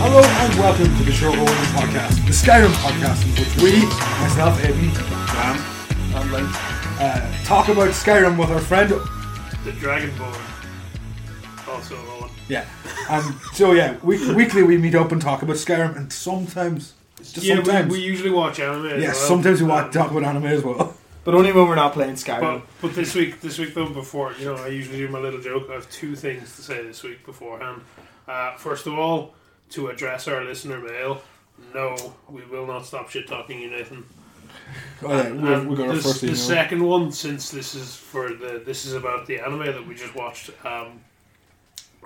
Hello and welcome to the Short Rolling Podcast, the Skyrim podcast, in which we, myself, Aiden, Graham, and Link, uh, talk about Skyrim with our friend. The Dragonborn. Also Rowan. Yeah. And so yeah, week, weekly we meet up and talk about Skyrim, and sometimes, just Yeah, sometimes, we, we usually watch anime. as yeah, well. sometimes we want Um, to talk about anime as well. But only when we're not playing Skyrim. But, but this week, this week though, before you know, I usually do my little joke. I have two things to say this week beforehand. Uh, first of all, to address our listener mail, no, we will not stop shit talking you, Nathan. Oh, yeah, we, And we got our the, first the email. second one, since this is for the this is about the anime that we just watched. Um,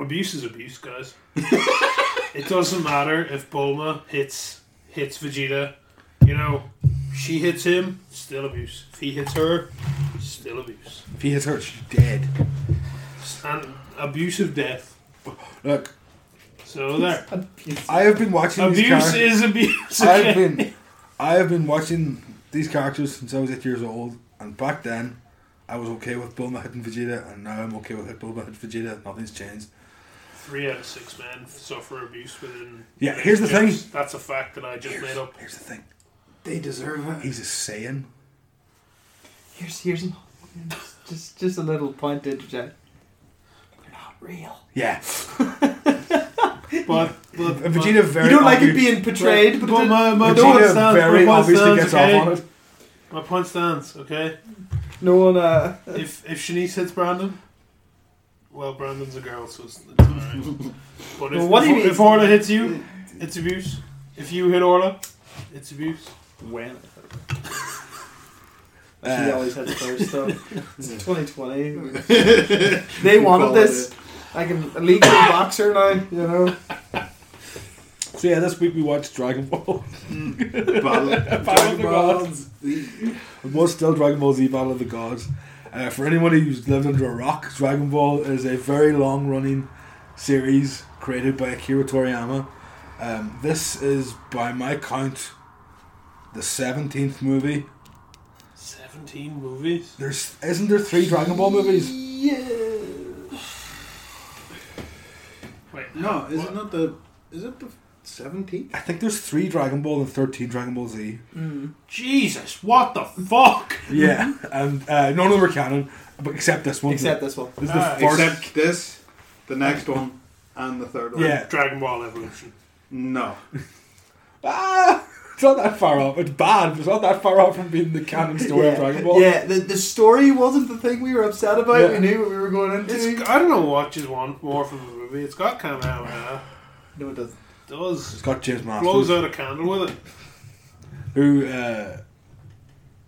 abuse is abuse, guys. it doesn't matter if Bulma hits hits Vegeta. You know, she hits him, still abuse. If he hits her, still abuse. if he hits her, she's dead. And abusive death. Look, So there. I have been watching these Abuse characters. is abuse. I've been, I have been watching these characters since I was eight years old, and back then, I was okay with Bulma hitting Vegeta, and now I'm okay with Bulma hitting Vegeta. Nothing's changed. Three out of six men suffer abuse within. Yeah, here's the thing. relationships. That's a fact that I just Here's, made up. here's the thing. they deserve it. He's a Saiyan. Here's here's an- just just a little point to interject. They're not real. Yeah. But, but, And but Vegeta very. you don't like it obvious- being portrayed, but, But it- my, my Vegeta point stands. very my point obviously stands, gets okay? off on it. My point stands. Okay, no one. Uh, if if Shanice hits Brandon, well, Brandon's a girl, so it's, it's alright. But if, Well, what do if, you mean? if Orla hits you, it's abuse. If you hit Orla, it's abuse. when? Uh, she always heads first, though. it's 2020. they wanted this. I can illegal boxer now. You know. So yeah, this week we watched Dragon Ball. Battle, Battle of the Gods. It was still Dragon Ball Z Battle of the Gods. Uh, for anyone who's lived under a rock, Dragon Ball is a very long running series created by Akira Toriyama. Um, this is, by my count, the 17th movie. Seventeen movies. There's Isn't there three Dragon Ball movies? Yeah. Wait, No, is What? it not the? Is it the seventeenth? I think there's three Dragon Ball and 13 Dragon Ball Z. Mm. Jesus, what the fuck? Yeah, and uh, none of them are canon, but except this one. Except this one. this is Ah, the first. Except this, the next one, and the third one. yeah. Dragon Ball Evolution. No. Ah, it's not that far off. It's bad, but it's not that far off from being the canon story yeah. of Dragon Ball. Yeah, the, the story wasn't the thing we were upset about. Yeah. We knew what we were going into. It's, I don't know what you want more from the movie. It's got Kamehameha. no, it doesn't. It does. It's got James Masters. Blows out a candle with it. Who, uh,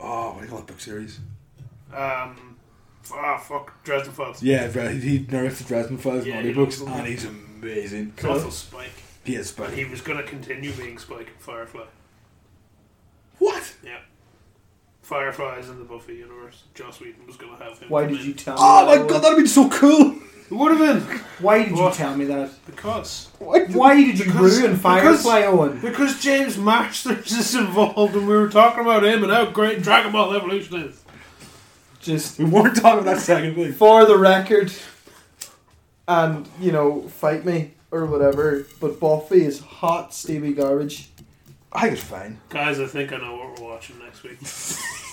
oh, what do you call that book series? Um, ah, fuck, Dresden Files. Yeah, Dre- he he narrates the Dresden Files Yeah, and he audiobooks, loves them. and he's amazing. It's also Spike. He is, but But he was going to continue being Spike in Firefly. what? Yeah. Firefly is in the Buffy universe. Joss Whedon was going to have him. Why come did in. you tell? Oh me my that god, that'd been so cool. It would have been! Why did you What? tell me that? Because. Why did you Because- ruin because- Firefly Owen? Because James Masters is involved and we were talking about him and how great Dragon Ball Evolution is. Just We weren't talking about that second thing. for the record, and you know, fight me or whatever. But Buffy is hot, steamy garbage. I think it's fine. Guys, I think I know what we're watching next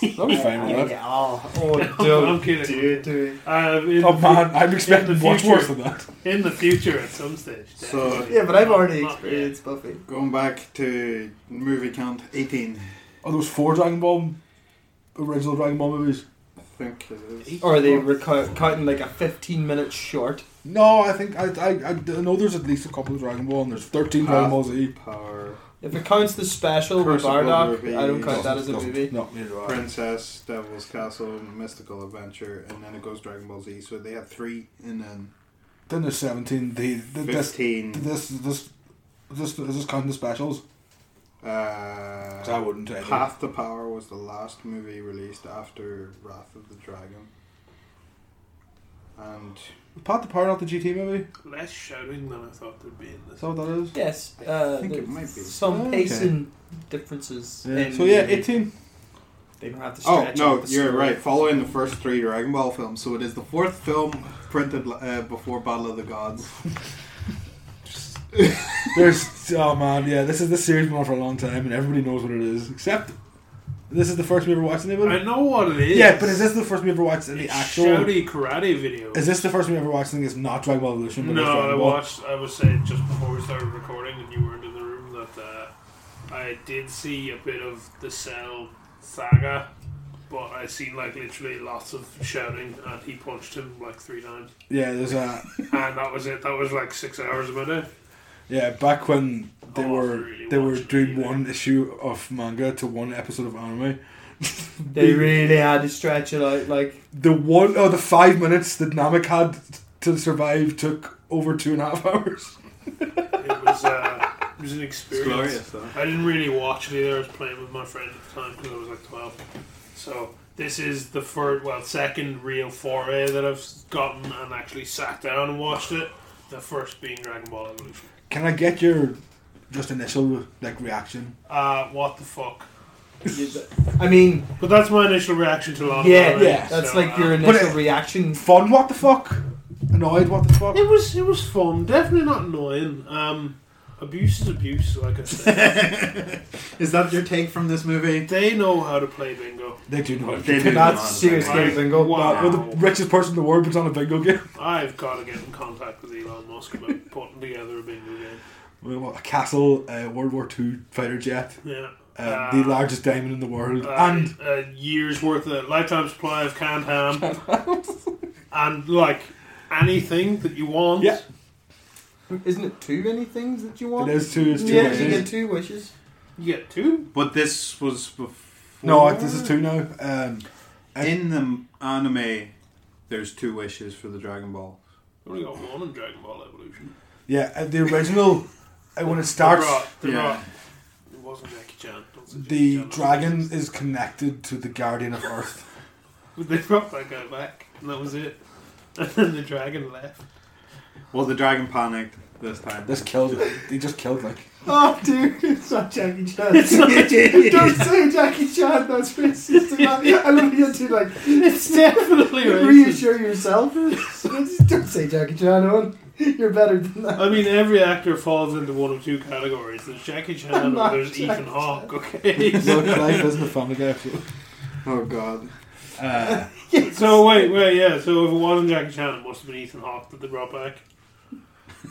week. I'll be fine Yeah, with that. yeah, oh, oh, I'm don't kidding. do it, do Uh, in, Oh man, I'm In expecting the much future. worse than that. The, in the future at some stage. So- it. definitely. Yeah, but I've already Not yet. experienced Buffy. Going back to movie count, eighteen. Oh, there was four Dragon Ball, original Dragon Ball movies. I think it is. Or are they were count- counting like a 15 minute short? No, I think I, I, I know there's at least a couple of Dragon Ball, and there's 13 Dragon Ah. Ball Z. Power If it counts the special with Curse of Bardock, Blood I don't Ruby. count that as a Doesn't- movie. No, neither do I. Princess, Devil's Castle, Mystical Adventure, and then it goes Dragon Ball Z. So they have three, and then Then there's 17. The, the, this, fifteen. this, this, this, is this counting the specials? Uh, 'Cause I wouldn't. I don't. Path to Power was the last movie released after Wrath of the Dragon. And Pat the Power not the GT movie? Less shouting than I thought there'd be in Is this. that what that is? Yes, I uh, think it there's might be. some Okay. pacing differences. Yeah. in So yeah, the- eighteen. they don't have to Oh stretch. no, out the you're story. right. Following the first three Dragon Ball films, so it is the fourth film printed uh, before Battle of the Gods. There's oh man, yeah. This is the series been on for a long time, and everybody knows what it is. Except this is the first we ever watched any of I it. know what it is. Yeah, but is this the first we ever watched any It's actual? shouty karate video? Is this the first we ever watched something that's not Dragon Ball Evolution? But no, it's Dragon I Ball? watched. I was saying just before we started recording, and you weren't in the room that uh, I did see a bit of the Cell saga, but I seen like literally lots of shouting, and he punched him like three times, Yeah, there's a and that was it. That was like six hours of my day. yeah. Back when they Oh, I were really they were watched it doing either. one issue of manga to one episode of anime. They really had to stretch it out. Like The one oh the five minutes that Namek had to survive took over two and a half hours. It was uh, it was an It's experience. glorious, though. I didn't really watch it either. I was playing with my friend at the time because I was like 12. So this is the first, well, second real foray that I've gotten and actually sat down and watched it. The first being Dragon Ball Evolution. Can I get your just initial like reaction? Uh, what the fuck? you- I mean, But that's my initial reaction to a lot of yeah, anime, yeah, that's so, like your uh, But initial it- reaction. Fun? What the fuck? Annoyed? What the fuck? It was it was fun. Definitely not annoying. Um, abuse is abuse, like I said. Is that your take from this movie? they know how to play bingo. They do know. They do. That's serious Like, game bingo. wow. Well, the richest person in the world puts on a bingo game. I've got to get in contact with Elon Musk about putting together a bingo game. We want A castle, uh, World War II fighter jet, Yeah. uh, Uh, the largest diamond in the world, uh, and a year's worth of lifetime supply of canned ham, and like anything that you want. Yeah. Isn't it too many things that you want? it is two. It's two. yeah, wishes. you get two wishes. you get two. But this was before. No, I- this is two now. Um, In the anime, there's two wishes for the Dragon Ball. I only got one in Dragon Ball Evolution. yeah, uh, the original uh, when it starts, The Rock- the Yeah. Rock. It wasn't Jackie Chan. Don't say Jackie the Chan. dragon is connected to the guardian of Earth. They brought that guy back, and that was it. And then the dragon left. Well, the dragon panicked this time. This killed. They just killed like. Oh, dude, it's not Jackie Chan. It's not- Don't say Jackie Chan. That's racist. Man. I love you too. Like, It's definitely racist. reassure yourself. Don't say Jackie Chan. Owen. You're better than that. I mean, every actor falls into one of two categories. There's Jackie Chan I'm or not there's Jackie Ethan Chan. Hawke. Okay. Look, life isn't a family guy. Oh God. Uh, So wait, wait, yeah. So if it wasn't Jackie Chan, it must have been Ethan Hawke that they brought back.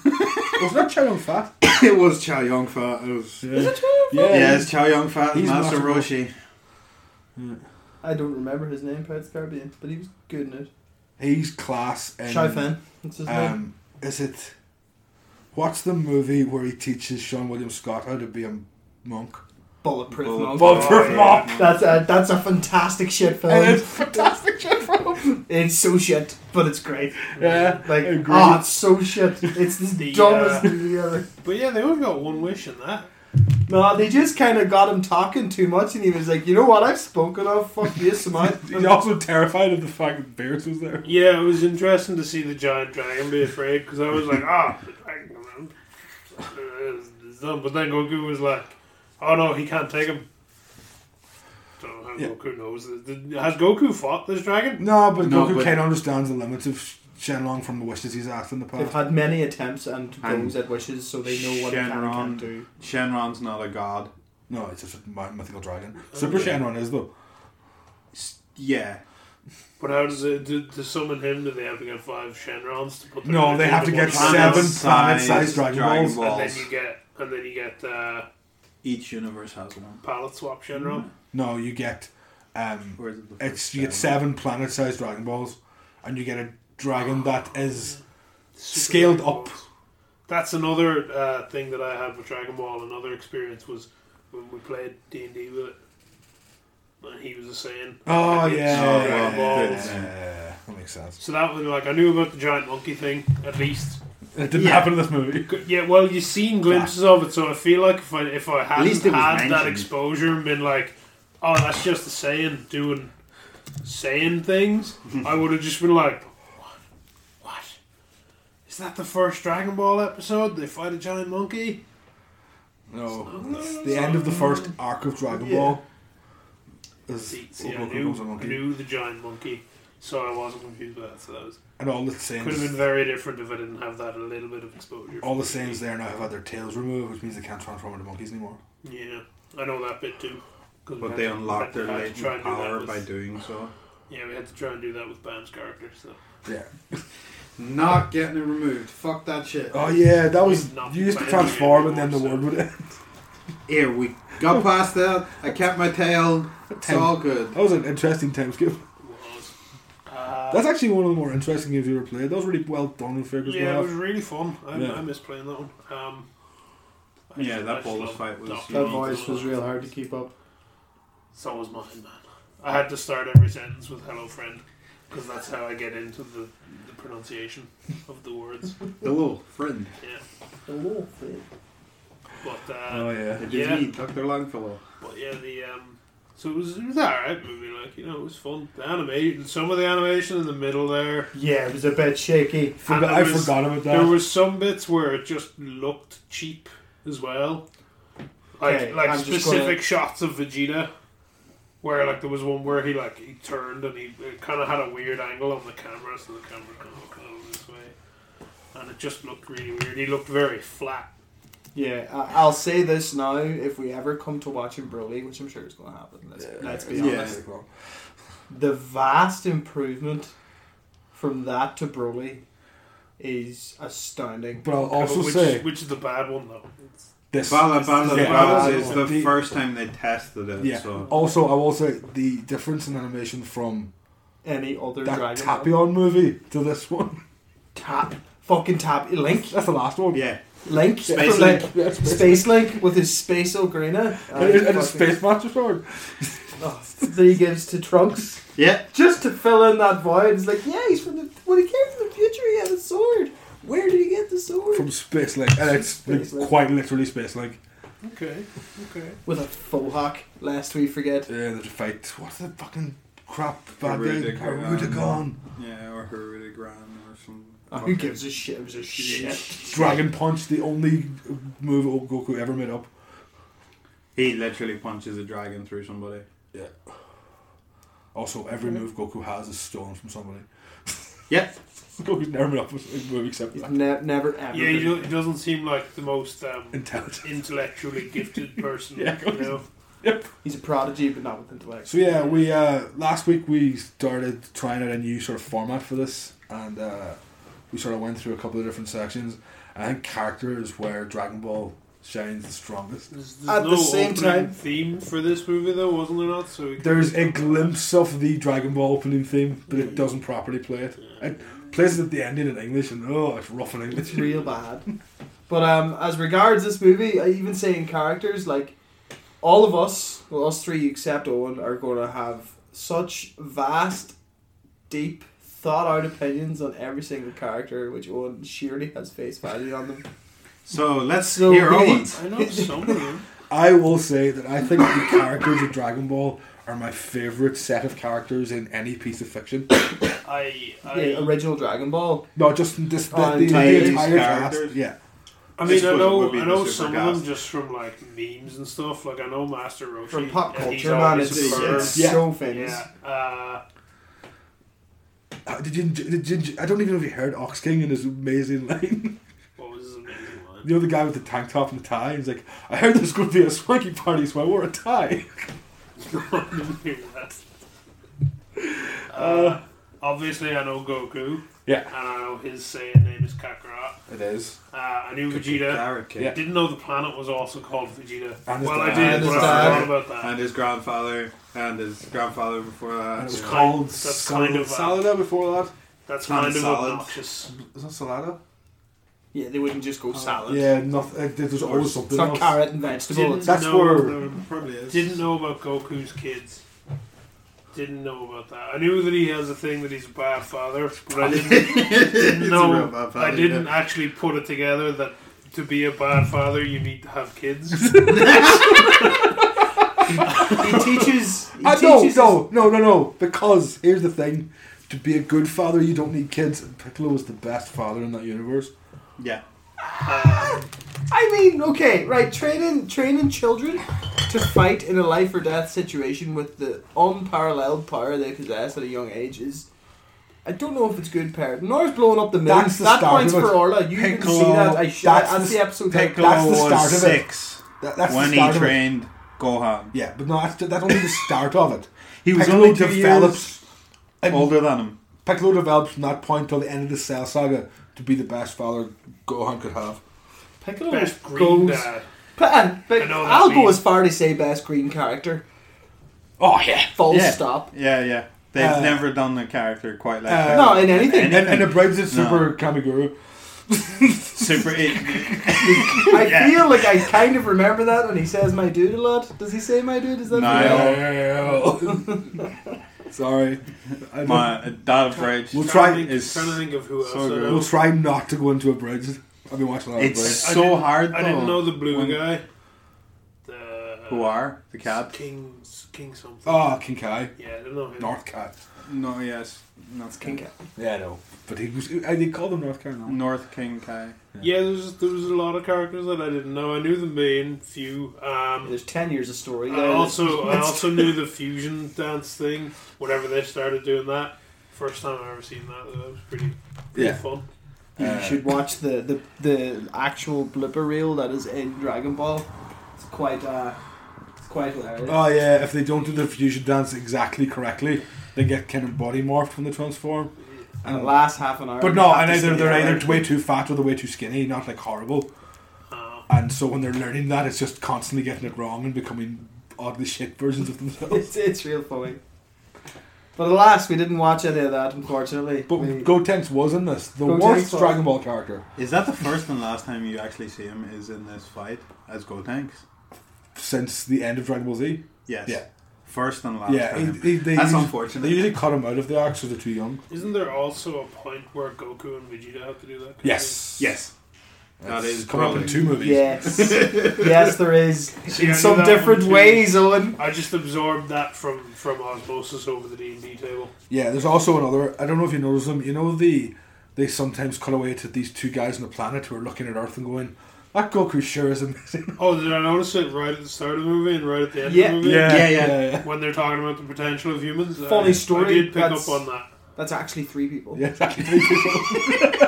was that Chow Yun Fat? it was Chow Yun Fat. It was. Yeah. Yeah, it's Chow Yun Fat and He's Master Master Roshi. I don't remember his name, Pirates of the Caribbean, but he was good in it. He's class. In, Shai Fan. That's his name. Um, is it? What's the movie where he teaches Sean William Scott how to be a monk? Bulletproof. Bullet- Monk. Bullet- Bulletproof Monk. That's a that's a fantastic shit film. And it's fantastic shit from him. It's so shit, but it's great. Yeah, Like, Agreed. oh, it's so shit. It's The, the dumbest uh, movie ever. But yeah, they only got one wish in that. No, they just kind of got him talking too much, and he was like, "You know what? I've spoken of fuck this amount." He's also terrified of the fact that Bears was there. Yeah, it was interesting to see the giant dragon be afraid because I was like, ah, the dragon, man. It's done. But then Goku was like, oh no, he can't take him. Don't know how Yeah. Goku knows. Did- Has Goku fought this dragon? No, but No, Goku but- kind of understands the limits of Shenlong from the wishes he's asked in the They've past. had many attempts and And goes at wishes, so they know what they can and Shenron. can't do. Shenron's not a god. No, it's just a mi- mythical dragon. Super Okay. Shenron is though. S- Yeah. But how does it do, to summon him? Do they have to get five Shenrons to put? their No, wish they have to into get one seven Shenron? planet-sized Planet-sized Dragon Balls. and then you get and then you get uh, Each universe has one. palette swap Shenron. No, you get um, Where is it? the it's first you get seven? seven planet-sized Dragon Balls, and you get a dragon that is Super Scaled Dragon up. Balls. That's another uh, thing that I had with Dragon Ball. Another experience was when we played D and D with it, and he was a saying, oh It's yeah, Oh, Dragon yeah, Balls. yeah, that makes sense. So that was like I knew about the giant monkey thing at least. It didn't Yeah. happen in this movie. Yeah, well, you've seen glimpses of it, so I feel like if I if I hadn't least it was had that mentioned. exposure and been like, oh, that's just a saying, doing saying things, I would have just been like, what, what, Is that the first Dragon Ball episode? They fight a giant monkey. No, it's the end of the first arc of Dragon Yeah. Ball. Is See, see, I Goku knew, becomes a I monkey. knew the giant monkey, so I wasn't confused by that. So that was and all the Saiyans, could have been very different if I didn't have that a little bit of exposure. all the Saiyans there now have had their tails removed, which means they can't transform into monkeys anymore. Yeah, I know that bit too. 'cause we But had they to- unlock had to- their had to try latent and do that power with- by doing so. Yeah, we had to try and do that with Bam's character. So Yeah. Not getting it removed. Fuck that shit. Oh yeah, that was He's not you used to banned transform and anymore, then the so- word would end. Here we got past that. I kept my tail. It's Ten. all good. That was an interesting time skip. it was. Uh, That's actually one of the more interesting games we ever played. That was really well done in figures. yeah, it well. was really fun. I, Yeah. I miss playing that one. Um, I Yeah, just- that I just boulder love fight was Donkey unique. That Kong. voice was real hard to keep up. So was mine, man. I had to start every sentence with "Hello, friend," because that's how I get into the, the pronunciation of the words. Hello, friend. Yeah, The Oh, wolf. is- but uh, Oh yeah. It is Yeah. me, Dr. Longfellow. But yeah, the um, so it was it was alright movie. Like you know, it was fun. The animation, some of the animation in the middle there. Yeah, it was a bit shaky. Forgot- and I there was- forgot about There that. was some bits where it just looked cheap as well. Like Okay, like I'm just specific gonna- shots of Vegeta, where like there was one where he like he turned and he kind of had a weird angle on the camera, so the camera kind of looked this way, and it just looked really weird. He looked very flat. Yeah, I- I'll say this now: if we ever come to watching Broly, which I'm sure is going to happen, let's, let's be Yeah. honest, the vast improvement from that to Broly is astounding. But I'll also which, say which is the bad one though. this. Bala Bala Yeah. Bala is Yeah. the The- first time they tested it. Yeah. So Also, I will say the difference in animation from Any other that Dragon Tapion Ball movie to this one. tap, fucking tap, Link, That's the last one. yeah, Link, Space Uh, from Link. Link. Space Link with his space Ogrina And, and his fucking- Space Master Sword. oh, that he gives to Trunks. yeah. just to fill in that void. It's like, yeah, he's from the when he came from the future, he had a sword. Where did he get the sword? From Space Link. And it's Space like, Link. quite literally Space Link. Okay, okay. With a faux hawk, lest we forget. Uh, the fight. What's the fucking crap bad guy? Hirudegon. Harudicon. Yeah, or Harudi Gran or some. Oh, who gives a shit? It was a shit. Dragon Punch, the only move old Goku ever made up. He literally punches a dragon through somebody. Also, every move Goku has is stolen from somebody. Yeah. Goku's never made up with a move except He's that. ne- never ever. Yeah, he, been- do- he doesn't seem like the most um, Intelligent. intellectually gifted person. Yeah, you know? he's a prodigy, but not with intellect. So yeah, we uh, last week we started trying out a new sort of format for this, and uh, we sort of went through a couple of different sections. I think character is where Dragon Ball shines the strongest. There's, there's At no the same opening time- theme for this movie though, wasn't there not? So we can- There's a glimpse of the Dragon Ball opening theme, but it doesn't properly play it. It plays it at the ending in English, and oh, it's rough in English. It's real bad. But um, as regards this movie, I even say in characters like all of us, well, us three except Owen, are going to have such vast, deep, thought-out opinions on every single character, which Owen surely has face value on them. So let's So hear we- Owens. I know some of them. I will say that I think the characters of Dragon Ball are my favorite set of characters in any piece of fiction. I, I, The original Dragon Ball. No, just this, the, the, Entire the entire characters? cast. Yeah. I This mean, I would- know, would be I know the some of supercast. them just from like memes and stuff. Like I know Master Roshi From pop and he's culture, man, always it's, it's superb. Yeah. so famous. yeah. Uh, Uh, did you, did you, I don't even know if you heard Ox King and his amazing line. what was his amazing line? You know the guy with the tank top and the tie? He's like, I heard there's going to be a swanky party, so I wore a tie. uh, obviously, I know Goku, Yeah. and I know his Saiyan name is Kakarot. It is. Uh, I knew Vegeta. Carrot Cake. Yeah. Didn't know the planet was also called Vegeta. And his well, I dad. did, And his but I dad. forgot about that. And his grandfather, and his grandfather before And it that. was That's called kind- that's kind of, uh, Salada before that. That's Planet kind of Salad. obnoxious. Is that Salada? Yeah, they wouldn't just go salad. Oh, Yeah, not, uh, there's always something It's not else. carrot and vegetable. Didn't It's That's know where- there- Probably is. Didn't know about Goku's kids. Didn't know about that. I knew that he has a thing that he's a bad father, but I didn't. It's a know. real bad I value, didn't yeah. actually put it together that to be a bad father you need to have kids. he teaches. He Ah, no, teaches no, no, no, no. Because here's the thing to be a good father, you don't need kids. And Piccolo was the best father in that universe. Yeah. I mean, okay, right. Training training children to fight in a life or death situation with the unparalleled power they possess at a young age is. I don't know if it's good parenting. Nor's blowing up the mill. That's the That start point's of it. for Orla. You didn't see Piccolo, that. I sh- that's that's the the episode. title. Piccolo That's the start was of it. six That, that's when the he start of it. trained Gohan. Yeah, but no, that's, that's only the start of it. He was Piccolo only two develops- years And older than him. Piccolo develops from that point till the end of the Cell Saga to be the best father Gohan could have. Piccolo Best green goes. dad. P- and, I but know that I'll go meme. as far to say best green character. Oh yeah. Full Yeah. stop. Yeah, yeah. They've Uh, never done a character quite like uh, that. No, in anything. And, and it brings it No. super Kamiguru. Super. It, I Yeah. feel like I kind of remember that when he says my dude a lot. Does he say my dude? Is that No. Sorry. I don't- my uh, dad of rage. We'll try. Trying to think- is trying to think of who so else. I good. know. We'll try not to go into a bridge. I've been watching a lot of It's bridge. I so didn't- hard. Though, I didn't know the blue when- guy. The Who are the cat? King, King something. Ah, oh, Kinkai, Yeah, I don't know him. North Cat. No, yes, North King Kai. Cat. Yeah, I know. But he was. I did call them North Cat now. North King Kai. Yeah, there was, there was a lot of characters that I didn't know. I knew the main few. Um, There's ten years of story. I there. also I also knew the fusion dance thing. Whenever they started doing that, first time I ever seen that, that was pretty, pretty Yeah. fun. You Uh, should watch the, the the actual blooper reel that is in Dragon Ball. It's quite uh, it's quite hilarious. Oh yeah, if they don't do the fusion dance exactly correctly, they get kind of body morphed when they transform. and it lasts half an hour. But no, You have and to either stay they're there. either way too fat or they're way too skinny, not like horrible. Uh, And so when they're learning that, it's just constantly getting it wrong and becoming oddly shit versions of themselves. It's, it's real funny. But alas, we didn't watch any of that, unfortunately. But we, Gotenks was in this, the Gotenks worst was. Dragon Ball character. Is that the first and last time you actually see him? Is in this fight as Gotenks? since the end of Dragon Ball Z. Yes. Yeah. First and last. yeah, time. he- he- they, That's usually, unfortunate. they usually cut him out of the arc so they're too young. isn't there also a point where Goku and Vegeta have to do that? kind of Yes. yes. That is come up in brilliant. two movies. yes, yes, there is thing? See, I in knew some that one different too. ways, Owen. I just absorbed that from from osmosis over the D and D table. Yeah, there's also another. I don't know if you notice them. You know the they sometimes cut away to these two guys on the planet who are looking at Earth and going, "That Goku sure is amazing." Oh, did I notice it right at the start of the movie and right at the end Yeah. of the movie? Yeah, yeah. When they're talking about the potential of humans. I- Funny story, I did pick that's- up on that. That's actually three people. Yeah, exactly. Three people.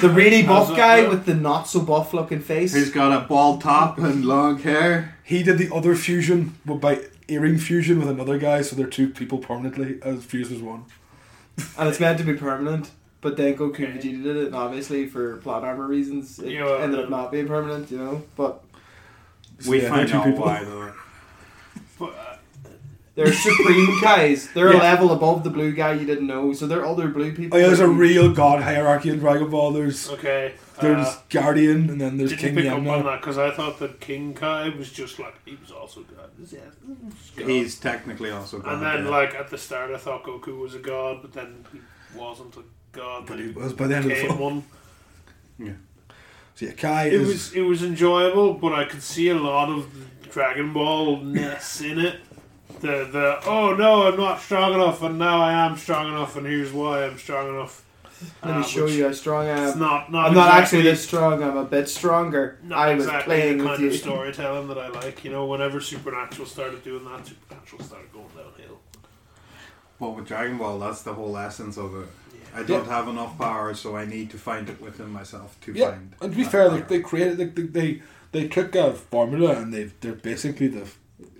The really How's buff that guy look? with the not so buff looking face. He's got a bald top and long hair. he did the other fusion but by earring fusion with another guy, so they're two people permanently as fused as one. And it's meant to be permanent, but then Goku Okay. and Vegeta did it, and obviously for plot armor reasons, it Yeah, well, ended up um, not being permanent, you know. But So, we yeah, they're find two out people. why though. But, uh, they're supreme guys. They're Yeah. a level above the blue guy you didn't know, so they're other blue people. Oh yeah, there's a real god hierarchy in Dragon Ball. There's okay. there's Uh, Guardian and then there's King didn't pick up on Yamna. that because I thought that King Kai was just like he was also god. Yeah, God. He's technically also and Gohan. then yeah. like at the start, I thought Goku was a god, but then he wasn't a god. But then he was by the end of the became film. one. So yeah, Kai It is was it was enjoyable, but I could see a lot of Dragon Ball ness in it. The the oh no, I'm not strong enough, and now I am strong enough, and here's why I'm strong enough. Let Uh, me show which- you how strong I It's am. not not I'm not exactly, actually this strong. I'm a bit stronger. not I was exactly playing the with kind you. of storytelling that I like. You know, whenever Supernatural started doing that, Supernatural started going downhill. But with Dragon Ball, that's the whole essence of it. I don't have enough power, so I need to find it within myself to Yeah, find. and to be that fair, like power. they created, like they they, they took a formula and they they're basically the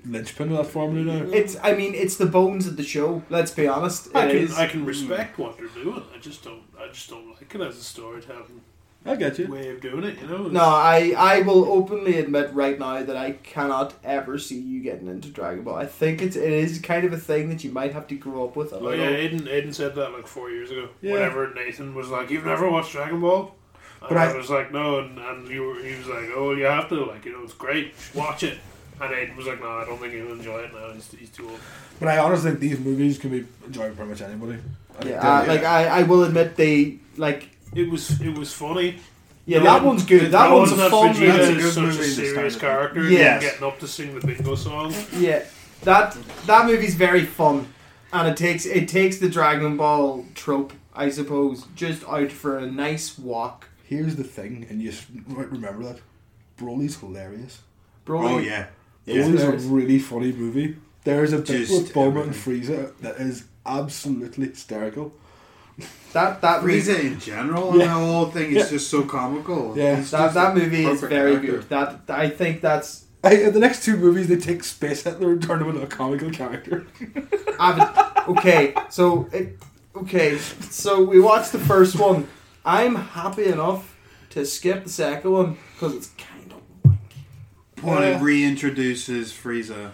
linchpin of that formula now. It's. I mean, it's the bones of the show. Let's be honest. I It can is. I can respect what they're doing. I just don't I just don't like it as a storytelling I get you. way of doing it. You know, No, I, I will openly admit right now that I cannot ever see you getting into Dragon Ball. I think it's it is kind of a thing that you might have to grow up with a Oh little. yeah, Aiden, Aiden said that like four years ago. Yeah. Whenever Nathan was like, "You've never watched Dragon Ball," and But I, I- was like, "No," and, and you were, he was like, "Oh, you have to like, you know, it's great, watch it." And Aiden was like, "No, I don't think he'll enjoy it now. He's, he's too old." But I honestly think these movies can be enjoyed by pretty much anybody. I think they're- Yeah, uh, I, like I, I will admit they like It was it was funny. yeah The that one- one's good. the That one's one a that fun Vegeta That's a read. good is such a movie to serious start with. character. and Yes. getting up to sing the bingo song. Yeah, that that movie's very fun. and it takes it takes the Dragon Ball trope, I suppose, just out for a nice walk. Here's the thing, and you s- might remember that Broly's hilarious. Broly, Oh yeah, yeah. Broly's a There's- really funny movie. There is a bit Just with Bulma and Frieza that is absolutely hysterical. that that movie, Frieza in general and Yeah. the whole thing is Yeah. just so comical. Yeah. He's that, just that a movie is perfect very actor. good. That I think that's I, in the next two movies, they take Space Hitler and turn him into a comical character. I've, okay. So it, okay, so we watched the first one. I'm happy enough to skip the second one because it's kind of wanky, But Yeah. it reintroduces Frieza.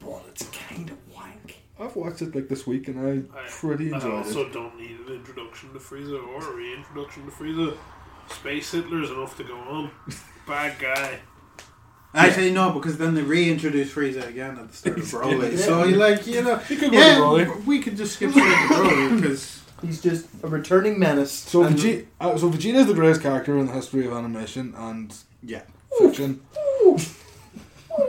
but it's kind of wanky. I've watched it like this week, and I I- pretty I enjoyed it. also don't need an introduction to Frieza or a reintroduction to Frieza. Space Hitler is enough to go on. Bad guy. Actually, no, because then they reintroduce Frieza again at the start of Broly. Yeah. So you like, you know, You could go yeah, to Broly. we could just skip straight to Broly because He's just a returning menace. So and- Vegeta, uh, so Vegeta is the greatest character in the history of animation and yeah, fiction.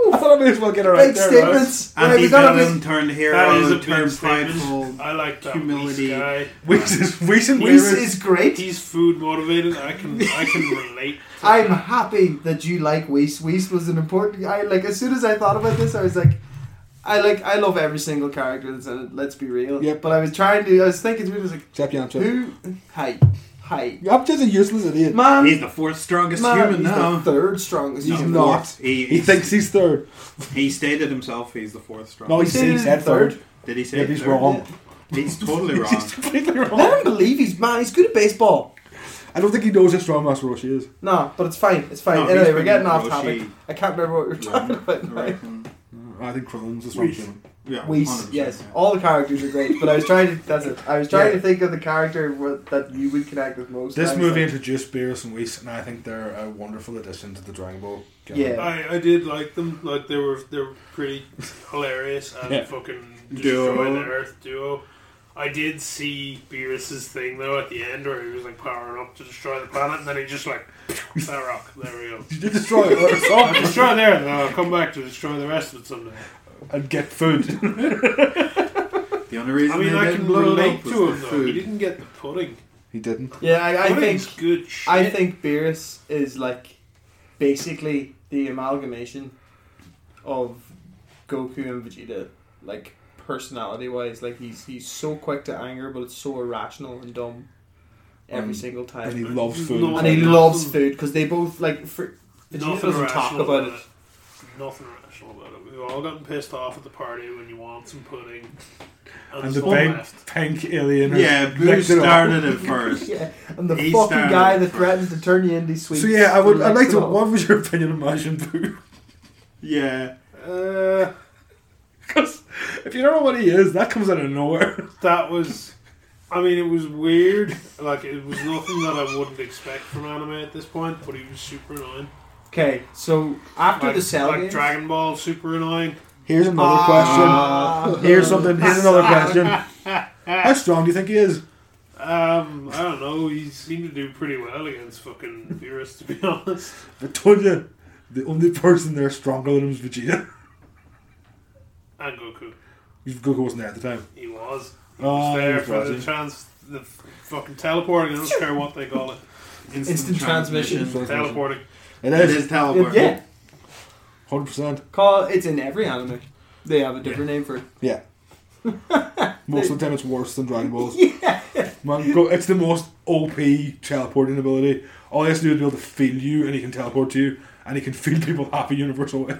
I thought I may as well get it right Big there. right? statements. and we he gotta be- villain turned hero That is a and big turned statement. prideful. I like that humility. humility guy. Which is recent Whis is great. He's food motivated. I can I can relate. to I'm that. happy that you like Waste. Waste was an important. I like as soon as I thought about this, I was like, I like I love every single character that's in it. Let's be real. Yep. But I was trying to. I was thinking through. I was like, Chap Yamcha. who? Hi, hi, Yamcha's a useless idiot. man. Um, He's the fourth strongest man, human he's now. the third strongest. He's human. not. fourth. He, He thinks he's third. he stated himself he's the fourth No, he strongest. he's- said he said third. Did he say Yeah, he's third? wrong. He's totally wrong. He's completely I wrong. don't believe he's man. He's good at baseball. I don't think he knows how strong Master Roshi is. No, but it's fine. It's fine. No, he's anyway, we're been getting off Roshi. topic. I can't remember what we were talking about. I now. reckon. I think Crone's a strong Weesh. human. Yeah, Weiss, 100%, yes. yeah. All the characters are great, but I was trying to. That's it. I was trying Yeah. to think of the character wha- that you would connect with most. This and I was movie like, introduced Beerus and Whis, and I think they're a wonderful addition to the Dragon Ball. Yeah. I, I did like them. Like they were they were pretty hilarious and Yeah. fucking Duo. destroy the Earth duo. I did see Beerus's thing though at the end where he was like powering up to destroy the planet, and then he just like that rock. There we go. Did you destroy Earth I'll destroy there, and then I'll come back to destroy the rest of it someday. and get food? The only reason I mean, they I didn't can blow it relate up was to the him though. He food. didn't get the pudding. he didn't. yeah, I, I think Pudding's good shit. I think Beerus is like basically the amalgamation of Goku and Vegeta, like personality wise. Like he's he's so quick to anger, but it's so irrational and dumb every And- single time. Um, And And he he, loves No. food. loves food because they both like for, Vegeta Nothing doesn't talk rational about it. Nothing rational about it. We've all gotten pissed off at the party when you want some pudding. And there's the none big left. pink alien. has Yeah, Boo licked it off. started it first. Yeah, and the He fucking started guy it that first. threatens to turn you into sweet. So yeah, I would. I'd like to. What was your opinion of Majin Buu? Yeah. Uh, Because if you don't know what he is, that comes out of nowhere. that was. I mean, it was weird. Like, it was nothing that I wouldn't expect from anime at this point, but he was super annoying. Okay, so after Like, the cell like games- Dragon Ball, super annoying. Here's another Ah. question. Here's something. Here's another question. How strong do you think he is? Um, I don't know. He seemed to do pretty well against fucking Beerus, to be honest. I told you, the only person there stronger than him is Vegeta. And Goku. Goku wasn't there at the time. He was. Oh, was he there was for the watching. trans, the f- fucking teleporting. I don't care what they call it. Instant transmission. teleporting. It It is is teleport. yeah, hundred percent. call it's in every anime. They have a different name for it. Yeah. Most of the time, it's worse than Dragon Balls. Yeah, Man, go, it's the most OP teleporting ability. All he has to do is be able to feel you, and he can teleport to you, and he can feel people half a universal way.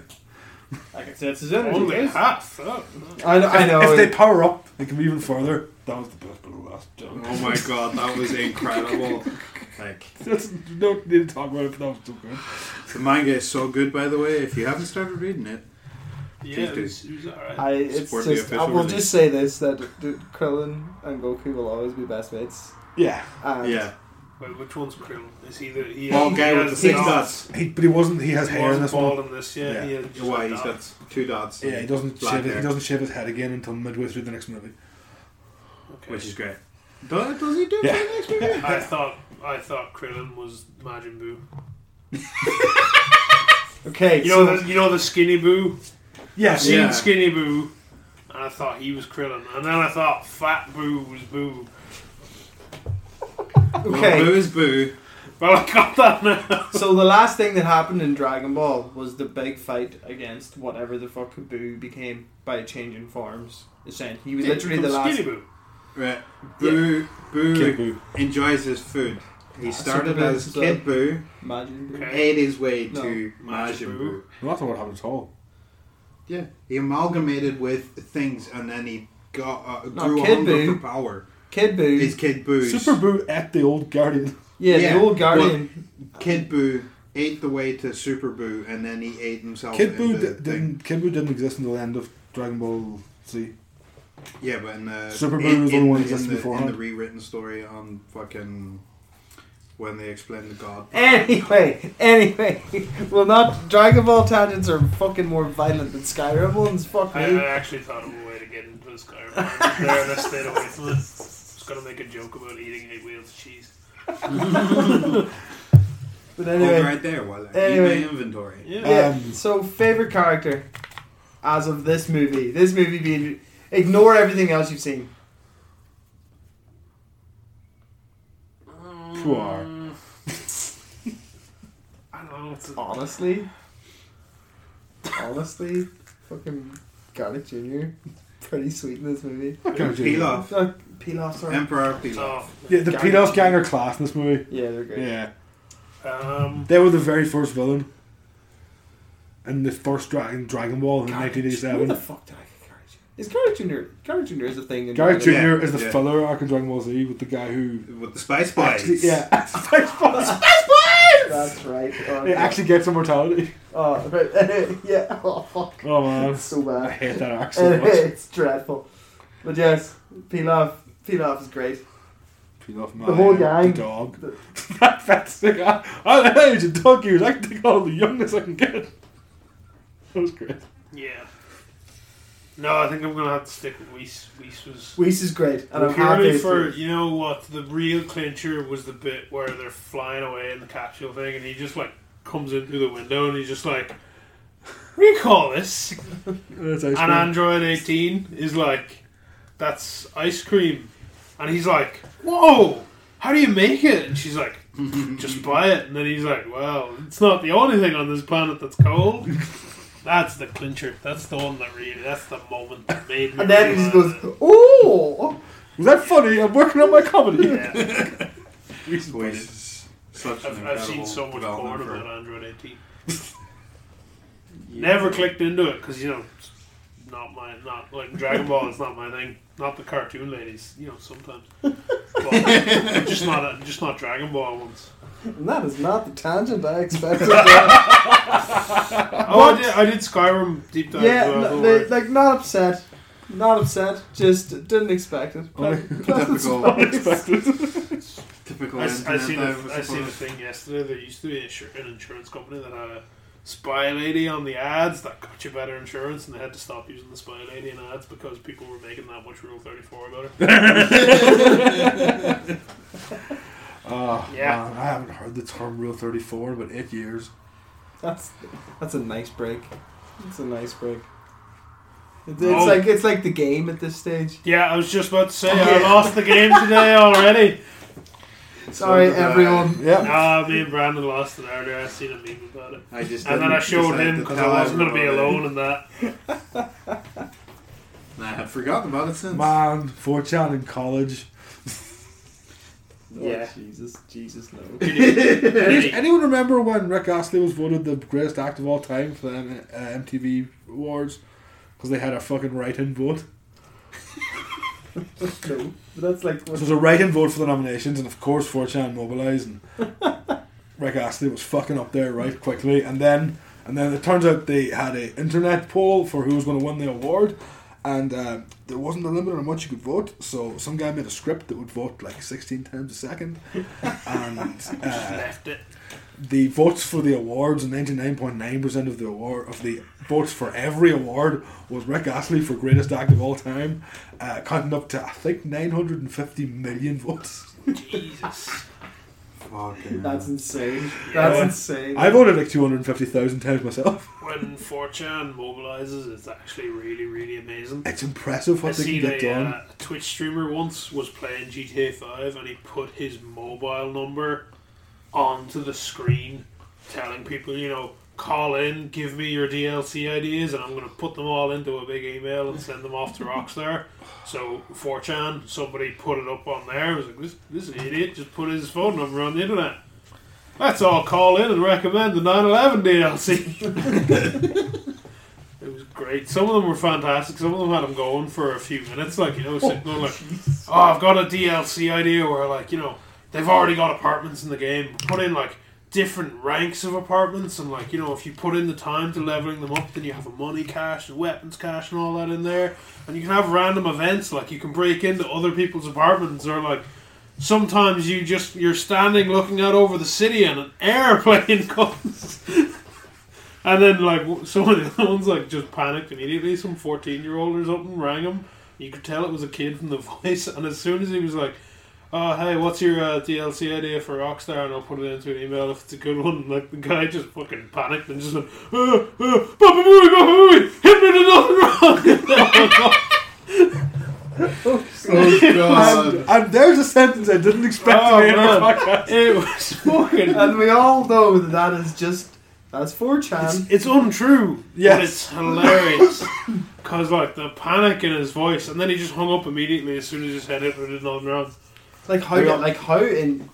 I can sense his Only half. Oh, I know. I know. If they power up, they can be even further. That was the best bit of last joke. Oh my god, that was incredible. Like That's, you don't need to talk about it, but that was so good. the manga is so good by the way. If you haven't started reading it, yeah, Please it do. was, it was alright. I, it's Support the just, I official will release. just say this that the- Krillin and Goku will always be best mates. Yeah, And yeah. Wait, which one's Krillin? Is he the he Bald he guy with the has six not- dots. he, but he wasn't. He has He hair in wasn't this bald one. in this. Yeah, Yeah. he had just Why a he's dot. got two dots. Yeah, he doesn't Black shave. His, hair. he doesn't shave his head again until midway through the next movie. Okay. which is great. Does, does he do it Yeah. for the next movie? I thought I thought Krillin was Majin Buu. Okay. You know so- the you know the skinny Boo. I've Yes, seen Yeah. skinny Boo, and I thought he was Krillin, and then I thought Fat Boo was Boo. Well, Okay, boo is boo. But I got that now. so the last thing that happened in Dragon Ball was the big fight against whatever the fuck Boo became by changing forms. Essentially, he was literally the last. Skinny Boo. Right. Boo, boo Kid Boo. enjoys his food. He That's started what it as is, Kid Boo, Majin Buu. Okay. ate his way No. to Majin Majin Boo. Well, that's not what happened at all. Yeah, he amalgamated with things and then he got uh, No, grew Kid on with Boo. the power. Kid Boo. His Kid Boo's Super Boo at the old Guardian. yeah, yeah, the old Guardian. Kid Boo ate the way to Super Boo and then he ate himself. Kid Boo into di- the didn't. Kid Boo didn't exist until the end of Dragon Ball Z. thing. Yeah, but in the Super Boo in, was the only one that in existed the- In beforehand. the rewritten story on fucking when they explained the God. Anyway, anyway, well, not Dragon Ball tangents are fucking more violent than Skyrim ones. Fuck I, me. I actually thought of a way to get into this Skyrim. there, and I stayed away from it. I was gonna make a joke about eating eight wheels of cheese. But Hold anyway, right there, while I Anyway. eat my inventory. Yeah. yeah. Um, so favorite character as of this movie. This movie being ignore everything else you've seen. Poor. Mm. I don't know. It's Oh, a, Honestly, honestly, fucking Garlic Junior, pretty sweet in this movie. Kind of Pilaf. Like, Pilaf, sorry. Emperor Pilaf. oh, Yeah, the Guardian. Pilaf gang are class in this movie. Yeah, they're great. Yeah, um, they were the very first villain in the first Dragon Dragon Ball in Garlic- Where the 1987. fuck did I get Garlic Junior? Is Garlic Junior? Garlic Junior is a thing. in Garrett Jr. Dragon Ball. Yeah, is the yeah. filler arc in Dragon Ball Z with the guy who With the Spice Boys. actually, yeah, Spice Boys. That's right. Oh, It God. actually gets immortality. Oh, right. yeah. Oh, fuck. Oh man, It's so I bad. hate that arc so much. it's dreadful. But yes, Pilaf. Pilaf is great. Pilaf, man, The whole gang. the dog. The- that fat thing. I, I don't know, it's a dog years. I can take all the youngest I can get. That was great. yeah. No, I think I'm gonna have to stick with Weiss. Weiss was. Weiss is great. And I'm Purely happy for for you know what the real clincher was the bit where they're flying away in the capsule thing, and he just like comes in through the window, and he's just like, "What do you call this?" That's ice and cream. Android 18 is like, that's ice cream. And he's like, whoa, how do you make it? And she's like, just buy it. And then he's like, well, it's not the only thing on this planet that's cold. That's the clincher. That's the one that really, that's the moment that made me. And then he just realize goes, "Oh, Was that funny? I'm working on my comedy. it. Yeah. Spice Boys. is Such an I've, I've seen incredible so much development porn for- about Android 18. Never clicked into it because you know, it's not my not like Dragon Ball. It's not my thing. Not the cartoon ladies. You know, sometimes. But just not uh, just not Dragon Ball ones. and that is not the tangent I expected." yeah, Oh, I did, I did Skyrim deep dive. uh, as well, no, don't they- worry. like not upset, not upset. Just didn't expect it. But- Typical, I, typical. s- I internet seen dive, a, I I seen a suppose. thing yesterday. There used to be a insur- an insurance company that had a spy lady on the ads that got you better insurance, and they had to stop using the spy lady in ads because people were making that much Rule Thirty Four about Ah, her. Oh, Yeah. man, I haven't heard the term Rule 34 in about eight years. That's that's a nice break. It's a nice break. It- It's Oh. like it's like the game at this stage. Yeah, I was just about to say I Yeah. lost the game today already. Sorry, did I. everyone. Yeah. Nah, me and Brandon lost it earlier. I seen a meme about it, I just and then I didn't showed decide him to because tell I wasn't gonna be everybody. alone in that. And I had forgotten about it since. Man, 4chan in college. Yeah. Oh, Jesus, Jesus, no. Does Really? anyone remember when Rick Astley was voted the greatest act of all time for the M- uh, MTV Awards? Because they had a fucking write-in vote. no. But that's like This what, was a write-in vote for the nominations, and of course 4chan mobilised, and Rick Astley was fucking up there right quickly. And then, and then it turns out they had a internet poll for who was going to win the award, and uh, there wasn't a limit on how much you could vote. So some guy made a script that would vote like 16 times a second, and Just uh, left it. the votes for the awards, 99.9 percent of the award of the votes for every award was Rick Astley for greatest act of all time, uh, counting up to I think 950 million votes. Jesus. Fucking That's insane. Yeah. That's insane. I voted like 250,000 times myself. When 4chan mobilizes, it's actually really, really amazing. It's impressive I what they can seen get a, done. uh, a Twitch streamer once was playing GTA 5 and he put his mobile number onto the screen telling people, you know, call in, give me your DLC ideas and I'm going to put them all into a big email and send them off to Rockstar. So 4chan, somebody put it up on there. I was like, this, this idiot just put his phone number on the internet. Let's all call in and recommend the 911 DLC. it was great. Some of them were fantastic. Some of them had them going for a few minutes, like you know, sitting there like, oh, I've got a DLC idea where like you know they've already got apartments in the game. Put in like different ranks of apartments and like you know if you put in the time to leveling them up then you have a money cache and weapons cache and all that in there and you can have random events like you can break into other people's apartments or like sometimes you just you're standing looking out over the city and an airplane comes and then like w- some of the other ones like just panicked immediately some 14 year old or something rang him you could tell it was a kid from the voice and as soon as he was like oh hey what's your uh, DLC idea for Rockstar and I'll put it into an email if it's a good one like the guy just fucking panicked and just went uh, uh, Papa Booey Papa Booey hit me to nothing wrong Oh god. And, and there's a sentence I didn't expect uh, Oh, to be in our man. podcast. it was fucking and we all know that that is just that's 4chan. It's, it's untrue, Yes. but it's hilarious. Because, like, the panic in his voice, and then he just hung up immediately as soon as his head hit another round. Like how We all- like how in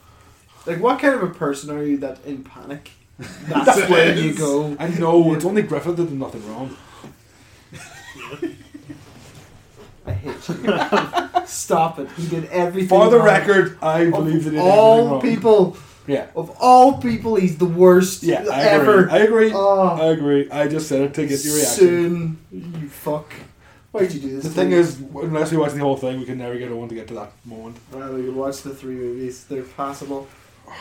like what kind of a person are you that in panic? That's where you go. I know, it's only Griffith that did nothing wrong. I hate you. Stop it. He did everything. For the wrong. record, I believe that of it all people, Yeah. of all people, he's the worst Yeah, I ever. agree. I agree. Oh, I agree. I just said it to get your reaction. soon, you fuck. Why did you do this? The to thing me? is, unless we watch the whole thing, we can never get on to get to that moment. well, you watch the three movies; they're passable.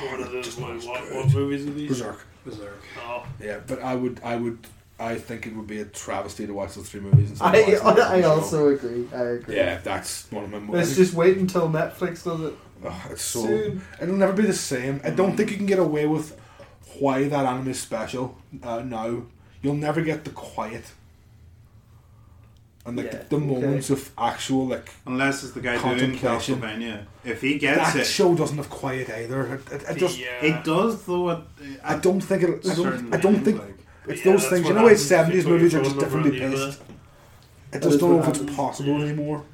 One of those, like, what, what movies are these? Berserk. Berserk. Oh, Yeah, but I would, I would, I think it would be a travesty to watch those three movies. Instead I, of watching the I show. also agree. I agree. Yeah, that's one of my. Mo- Let's just wait until Netflix does it Ugh, it's so. soon. It'll never be the same. I don't think you can get away with why that anime is special uh, now. You'll never get the quiet. And like Yeah, the, the okay. moments of actual like Unless it's the guy doing Contemplation. Castlevania. If he gets that it, show doesn't have quiet either. It, it, it just yeah. it does though. At, I don't think it. I don't. Certainly. I don't think Like, it's Yeah, those that's things. You what know, where happens if you seventies put your movies are just phone number differently on the paced. I That is just don't know what if it's happens. possible Yeah. anymore.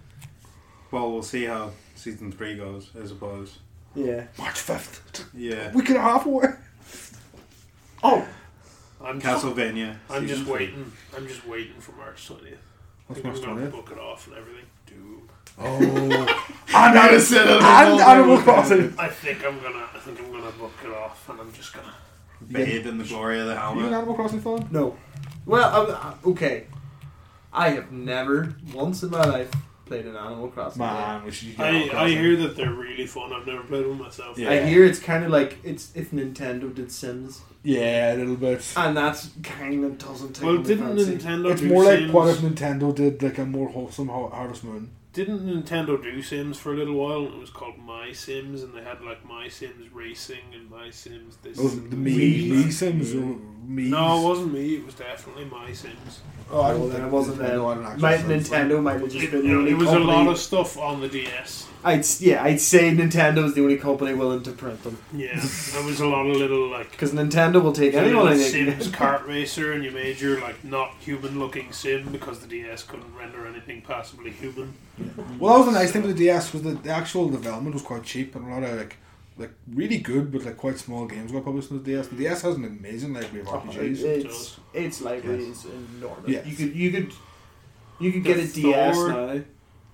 well, we'll see how season three goes, I suppose. Yeah. March fifth. Yeah, We could half war. Oh, I'm just, Castlevania. I'm season just three. waiting. I'm just waiting for March 20th. I That's think March I'm going to twentieth. book it off and everything. Doom. Oh, and, I Ani- said it. and Animal Crossing. I think I'm gonna. I think I'm gonna book it off, and I'm just gonna. Bathed in the glory of the Are you an helmet. Animal Crossing fan? no. Well, I, I, okay. I have never once in my life played an Animal Crossing. game. Man, we should. get I, Animal I Crossing. hear that they're really fun. I've never played one myself. Yeah. I hear it's kind of like it's if Nintendo did Sims, Yeah, a little bit. and that's kind of doesn't take Well, my didn't fancy. Nintendo? It's do more like Sims? what if Nintendo did like a more wholesome Har- Harvest Moon. Didn't Nintendo do Sims for a little while? And it was called My Sims, and they had like My Sims Racing and My Sims this. Oh, and the this. me, Wii. me Sims or me. No, it wasn't me. It was definitely My Sims. oh, I Well, don't then think it wasn't Nintendo had an that. actual My Sims. Nintendo might have It, just it, been the only was a company. lot of stuff on the DS. I'd s- yeah, I'd say Nintendo is the only company willing to print them Yeah, there was a lot of little like. because Nintendo will take anyone. little I think. Sims kart racer, and you made your like not human looking sim because the DS couldn't render anything passably human. Well, that was the nice thing with the DS was that the actual development was quite cheap and a lot of like like really good but like quite small games got published on the DS. The DS has an amazing library of Oh, RPGs. it's it's library is enormous. Yes. You could you could you could The get a DS Thor- now.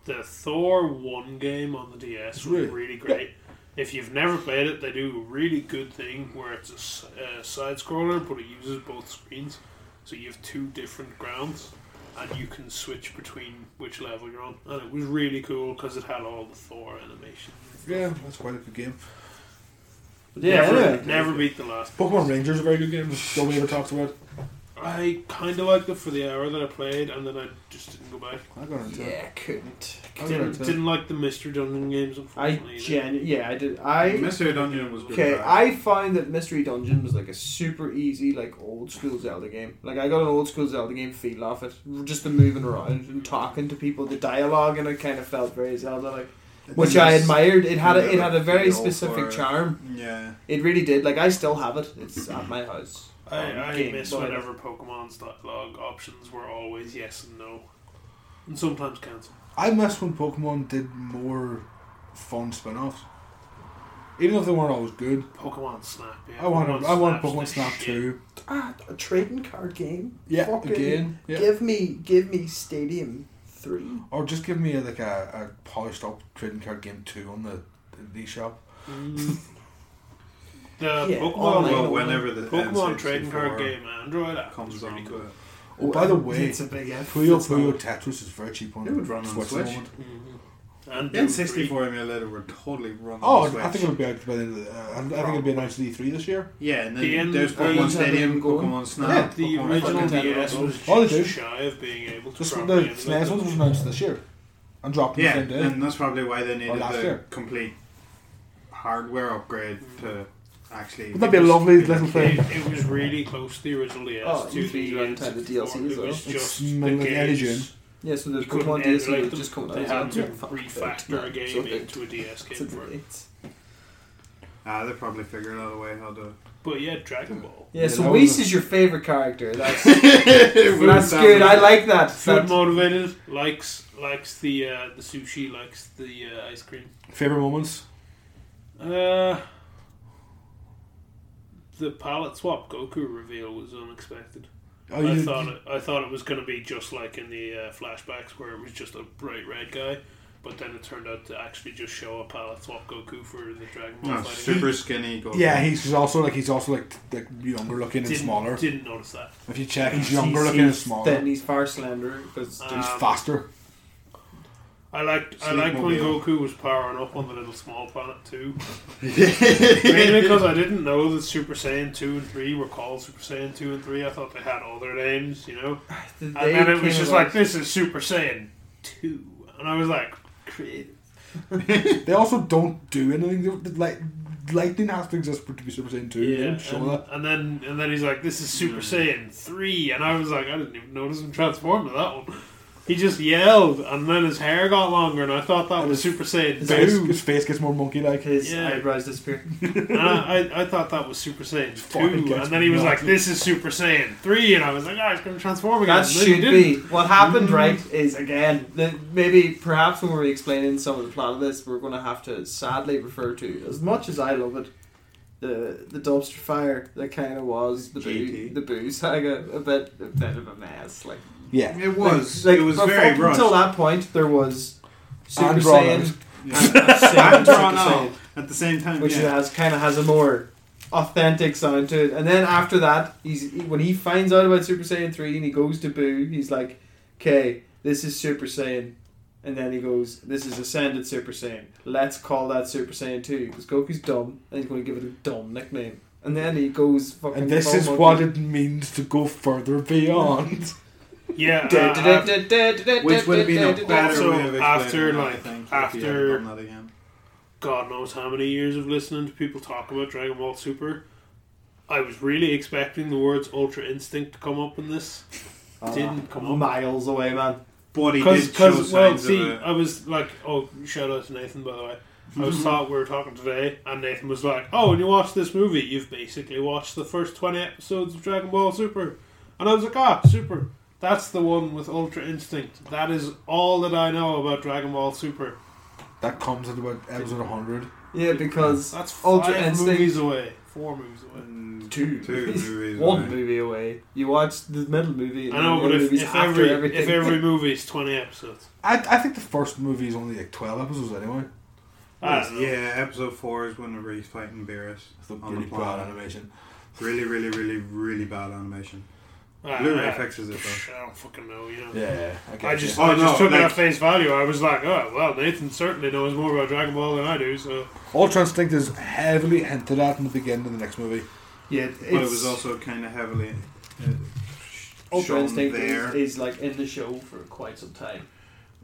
The Thor 1 game on the DS was Really? really, great. If you've never played it, they do a really good thing where it's a s- a side scroller, but it uses both screens. So you have two different grounds, and you can switch between which level you're on. And it was really cool because it had all the Thor animations. Yeah, that's quite a good game. Yeah, never, anyway. never beat the last. Pokemon Rangers are a very good game. Nobody ever talks about. it. Oh, I kind of liked it for the hour that I played, and then I just didn't go back. I got into it. Yeah, couldn't. I got Didn't, into it. didn't like the Mr. Dungeon games, I unfortunately. either. gen. Yeah, I did. I Mystery Dungeon was good. okay. right? I find that Mystery Dungeon was like a super easy, like old school Zelda game. Like I got an old school Zelda game feel off it, just the moving around and talking to people, the dialogue, and it kind of felt very Zelda like, which I admired. It had a, it had a very Feel for specific it. charm. Yeah. It really did. Like I still have it. It's at my house. I, Um, I Game miss Boy. whenever Pokemon's dialogue options were always yes and no, and sometimes cancel. I missed when Pokemon did more fun spin offs. Even if they weren't always good. Pokemon Snap. Yeah. I want Pokemon I want Snap's Pokemon the Snap shit. 2. Ah, a trading card game. Yeah, Fucking again. Yeah. Give me, give me Stadium Three. Or just give me a, like a, a polished up trading card game 2 on the, the eShop. Mm. The Yeah, Pokemon, online. Well, know. whenever the Pokemon N64 trading card game Android app comes is really on, cool. to it. Oh, by the way, it's a big F. Puyo It's not- Puyo Tetris is very cheap on It would run on Switch. at the Switch. moment. Mm-hmm. And the Doom three. N64 emulator would totally run. Oh, on the I think Switch. it'll be out by the end of the. Uh, I think it'll be announced at E3 this year. Yeah, and then The end- there's uh, Pokemon Nintendo Stadium, Go. Pokemon Snap. Yeah, The Pokemon original Fucking DS Nintendo. was All they just do. shy of being able to. This one, the properly emulate SNES one E was them. announced this year. And dropped Yeah, the same day. and that's probably why they needed last the year. complete hardware upgrade to actually. Wouldn't that be a lovely little thing? It, it was really close to the original DS Oh, to it's the been around time the DLC N64. is It was out. just It's the like Eddie June. games. Yeah, so the You couldn't Pokemon DS emulate would them. just come out. They had to Yeah. refactor a game Something. into a DS It's game for a- it. it's- Ah, they probably figured out a way how to. But yeah, Dragon Ball. Yeah, Yeah, so that Whis was a- is your favorite character. That's, That's that's good. I like that. Food That- motivated likes likes the uh, the sushi, likes the uh, ice cream. Favorite moments? Uh, the palette swap Goku reveal was unexpected. Oh, I you, thought it, I thought it was going to be just like in the uh, flashbacks where it was just a bright red guy, but then it turned out to actually just show a palette swap Goku for the Dragon Ball No, fighting. Oh, super skinny. Goku. yeah, he's also like he's also like, like younger looking and Didn't, smaller. didn't notice that. If you check, he's He's- younger he's- looking and smaller. Then he's far slanderer because he's Um, faster. I liked I liked when Sleepmobile. Goku was powering up on the little small planet too. Mainly yeah. because I didn't know that Super Saiyan two and three were called Super Saiyan two and three. I thought they had other names, you know. and And then it was just like this is Super Saiyan two, and I was like, creative. They also don't do anything. They- they- Like lightning has to exist for to be Super Saiyan two. they Yeah, didn't show and, that. and then and then he's like, "This is Super Saiyan 3. and I was like, "I didn't even notice him transform to that one." He just yelled, and then his hair got longer, and I thought that And was his- Super Saiyan His face, Two, his face gets more monkey like. his Yeah. eyebrows disappear. and I, I, I thought that was Super Saiyan fucking Two, gets and then he was like, melted. "This is Super Saiyan 3. and I was like, "Ah, he's gonna transform again." That and then he should didn't. be what happened. Mm-hmm. Right is again that maybe perhaps when we're explaining some of the plot of this, we're going to have to sadly refer to as much as I love it. The, the dumpster fire that kind of was the GT. boo the boo saga a bit a bit of a mess like Yeah. It was. Like, it was but very up rushed. Until that point, there was Super And drawn Saiyan Yeah. and And Saiyan drawn Super out Saiyan, at the same time. which yeah. has kind of has a more authentic sound to it. And then after that, he's he- when he finds out about Super Saiyan three and he goes to Boo, he's like, "Okay, this is Super Saiyan." And then he goes, "This is Ascended Super Saiyan. Let's call that Super Saiyan two because Goku's dumb and he's going to give it a dumb nickname." And then he goes fucking. And this full is monkey. what it means to go further beyond. Yeah, Da- uh, da- da- da- da- da- Which would have da- da- been a da- da- better Also, way of explaining after, it, I like, think, if after- you had done that again. God knows how many years of listening to people talk about Dragon Ball Super. I was really expecting the words Ultra Instinct to come up in this. Didn't come up. Ah. miles away, man. But he Because, did show because, signs well, of see, it. I was like, oh, shout out to Nathan, by the way. I Mm-hmm. was thought we were talking today, and Nathan was like, oh, when you watch this movie, you've basically watched the first 20 episodes of Dragon Ball Super. And I was like, ah, super. That's the one with Ultra Instinct. That is all that I know about Dragon Ball Super. That comes at about episode 100. Yeah, because That's five Ultra Ultra Instinct- movies away. Four movies away. Mm, two, two movies. one right? movie away. You watch the middle movie. and I know, the but other if, movies if after every everything. if every movie is twenty episodes, I, I think the first movie is only like 12 episodes anyway. I don't know. Ah, Yeah, episode four is whenever he's fighting Beerus. It's a On the really bad planet. animation. Really, really, really, really bad animation. Ah, Blu-ray ah, fixes it though. I don't fucking know. You know. Yeah, I just, Oh, I just no, took it like- at face value. I was like, oh, well, Nathan certainly knows more about Dragon Ball than I do, so. Ultra Instinct is heavily hinted at in the beginning of the next movie. yeah, it's, But it was also kind of heavily uh, Ultra shown Instinct there. is, is like in the show for quite some time.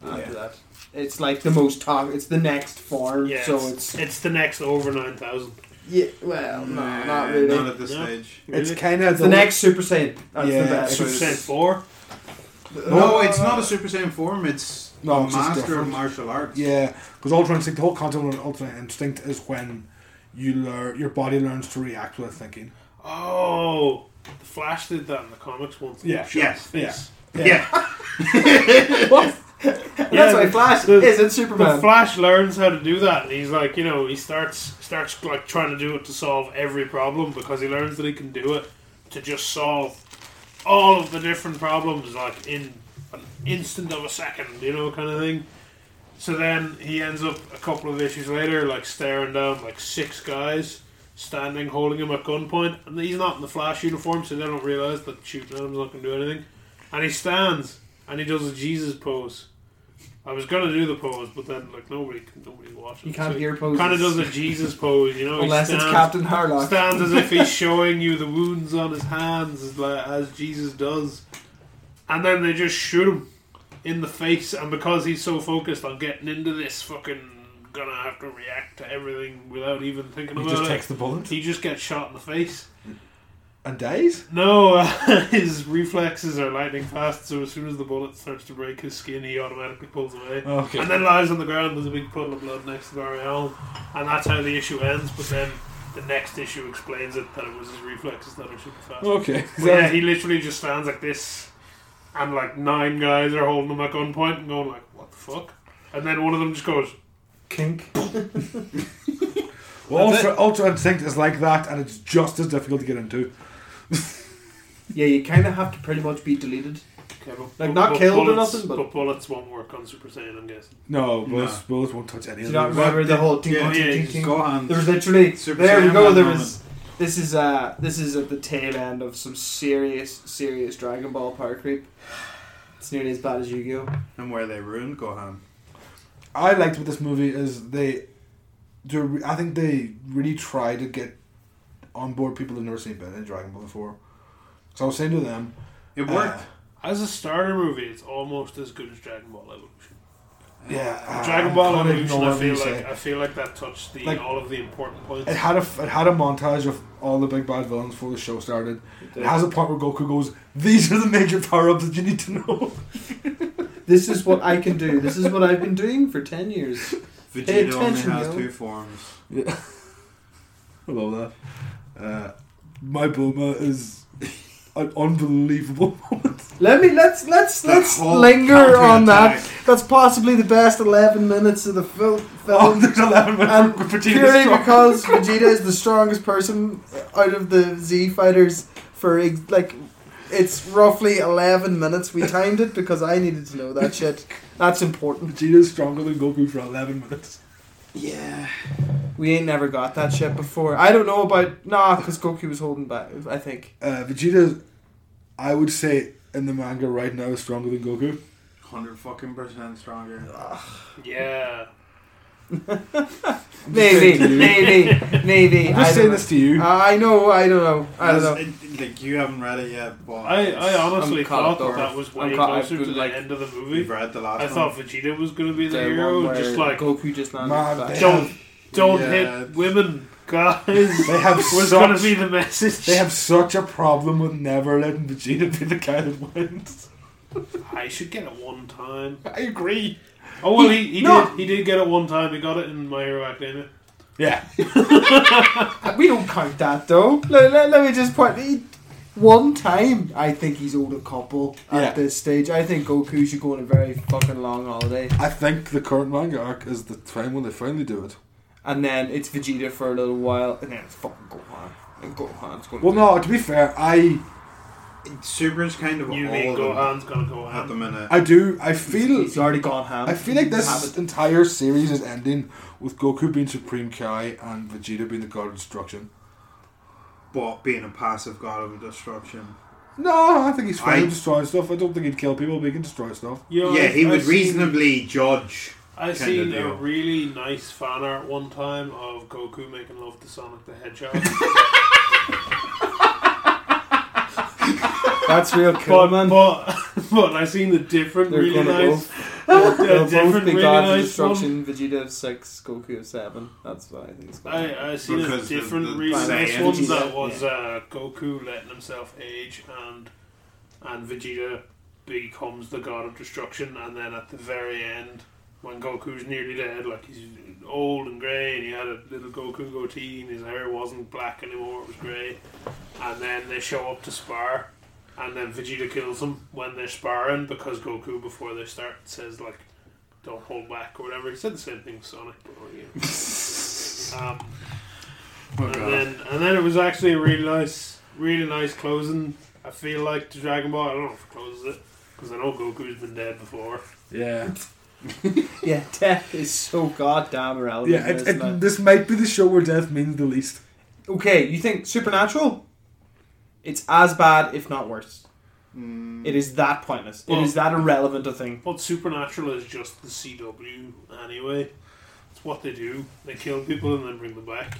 After that, it's like the most top. It's the next form. Yeah, so it's, it's it's the next over nine thousand. yeah. Well, no, Nah, not really. Not at this No. stage. It's kind of It's the next Super Saiyan. That's Yeah, the best. Super Percent four. No, it's not a Super Saiyan form. It's No, a it's just master of different. martial arts. Yeah, because Ultra Instinct, the whole concept of Ultra Instinct is when you learn your body learns to react without thinking. Oh, the Flash did that in the comics once. Yeah. Shot Yes. his face. Yeah. And Yeah, that's why the- Flash the- isn't The Superman. Flash learns how to do that. and He's like, you know, he starts starts like trying to do it to solve every problem because he learns that he can do it to just solve all of the different problems like in an instant of a second, you know, kind of thing. So then he ends up a couple of issues later, like staring down like six guys standing holding him at gunpoint, and he's not in the Flash uniform, so they don't realize that shooting at him's not going to do anything. And he stands and he does a Jesus pose. I was gonna do the pose, but then like nobody, nobody's watching. you can't so hear poses Kind of does a Jesus pose, you know. he unless it's stands- Captain Harlock. stands as if he's showing you the wounds on his hands as, like, as Jesus does. And then they just shoot him in the face, and because he's so focused on getting into this fucking gonna have to react to everything without even thinking He about just it. takes the bullet he just gets shot in the face. and dies. No, uh, his reflexes are lightning fast, so as soon as the bullet starts to break his skin, he automatically pulls away. Okay. And then lies on the ground with a big puddle of blood next to Marielle. And that's how the issue ends, but then the next issue explains it that it was his reflexes that are super fast. Okay. But yeah, he literally just stands like this, and like nine guys are holding him at gunpoint and going like, what the fuck? And then one of them just goes, Kink. Well, Ultra, Ultra Instinct is like that, and it's just as difficult to get into. Yeah, you kind of have to pretty much be deleted. okay, but, Like, not killed or bullets- nothing, but- bullets won't work on Super Saiyan, I'm guessing. No, No. bullets, bullets won't touch any Do you of not those. remember the whole ting Yeah, ting yeah, ting It's ting? Gohan. There was literally Super there we Saiyan go. one There moment. was this is uh this is at the tail end of some serious serious Dragon Ball power creep. It's nearly as bad as Yu Gi And where they ruined Gohan. I liked with this movie is they, they're re- I think they really try to get on board people who've never seen Ben and Dragon Ball before. So I was saying to them, It uh, worked. As a starter movie, it's almost as good as Dragon Ball Evolution. yeah, uh, Dragon I'm Ball kinda Evolution, ignoring I feel what you like say. I feel like that touched the Like- all of the important points. It had a it had a montage of all the big bad villains before the show started. It has a point where Goku goes, "These are the major power ups that you need to know." This is what I can do. This is what I've been doing for ten years. Pay Vegeta only attention, has yo. two forms. I love that. Uh, my Bulma is an unbelievable moment. Let me let's let's The let's whole linger on that. counterattack. That's possibly the best eleven minutes of the fil- Oh, film. there's eleven And minutes. for Vegeta's purely song. because Vegeta is the strongest person out of the Z fighters for ex- like it's roughly 11 minutes we timed it because I needed to know that shit that's important Vegeta's stronger than Goku for eleven minutes. Yeah. we ain't never got that shit before I don't know about nah because Goku was holding back I think Uh, Vegeta, I would say in the manga right now is stronger than Goku. 100 fucking percent stronger. yeah, I'm just maybe saying to you. maybe maybe I'm I just saying don't this to you. know. I know I don't know I don't That's- know it- like, you haven't read it yet, but I, I honestly I'm caught thought up that though. that was way I'm caught- I closer to would the like- end of the you've movie. read the last I one. thought Vegeta was going to be the, The one hero, where just like Goku just landed Man, back. they Don't- have, don't Yeah. hit women, guys. they have such- was going to be the message. They have such a problem with never letting Vegeta be the guy that wins. I should get it one time. I agree. Oh well, he, he No. did he did get it one time. He got it in My Hero Academia. Yeah. We don't count that though. Let, let, let me just point. He, one time, I think he's owed a couple at Yeah. this stage. I think Goku should go on a very fucking long holiday. I think the current manga arc is the time when they finally do it. And then it's Vegeta for a little while, and then it's fucking Gohan. And Gohan's going Well, no, to be fair, I Super's kind of You all mean of them Gohan's going to go at the on? minute. I do I feel He's already gone ham. I feel like Habit. this entire series is ending with Goku being Supreme Kai and Vegeta being the God of Destruction. But being a passive god of destruction. No, I think he's fine I- with destroying stuff. I don't think he'd kill people, but he can destroy stuff. You know, yeah, he I've- would I've seen- reasonably judge. I kinda seen a deal. really nice fan art one time of Goku making love to Sonic the Hedgehog. That's real cool, But, man. but, but I seen the different They're really gonna nice. both, a they'll both different be really gods of nice destruction. Vegeta of six, Goku of seven. That's what I think. It's going I, I seen a Because the- different the really nice Saiyans- one Yeah. that was uh, Goku letting himself age and and Vegeta becomes the god of destruction and then at the very end when Goku's nearly dead like he's old and grey and he had a little Goku goatee and his hair wasn't black anymore it was grey and then they show up to spar and then Vegeta kills him when they're sparring because Goku before they start says like don't hold back or whatever he said the same thing to Sonic but, yeah. um, Oh, and God. then and then it was actually a really nice, really nice closing. I feel like to Dragon Ball. I don't know if it closes it because I know Goku's been dead before. Yeah. yeah, death is so goddamn irrelevant. Yeah, it, isn't it, this might be the show where death means the least. it? Okay, you think Supernatural? It's as bad, if not worse. Mm, It is that pointless. It Hmm. Well- is that irrelevant a thing. But Supernatural is just the CW anyway. It's what they do. They kill people and then bring them back.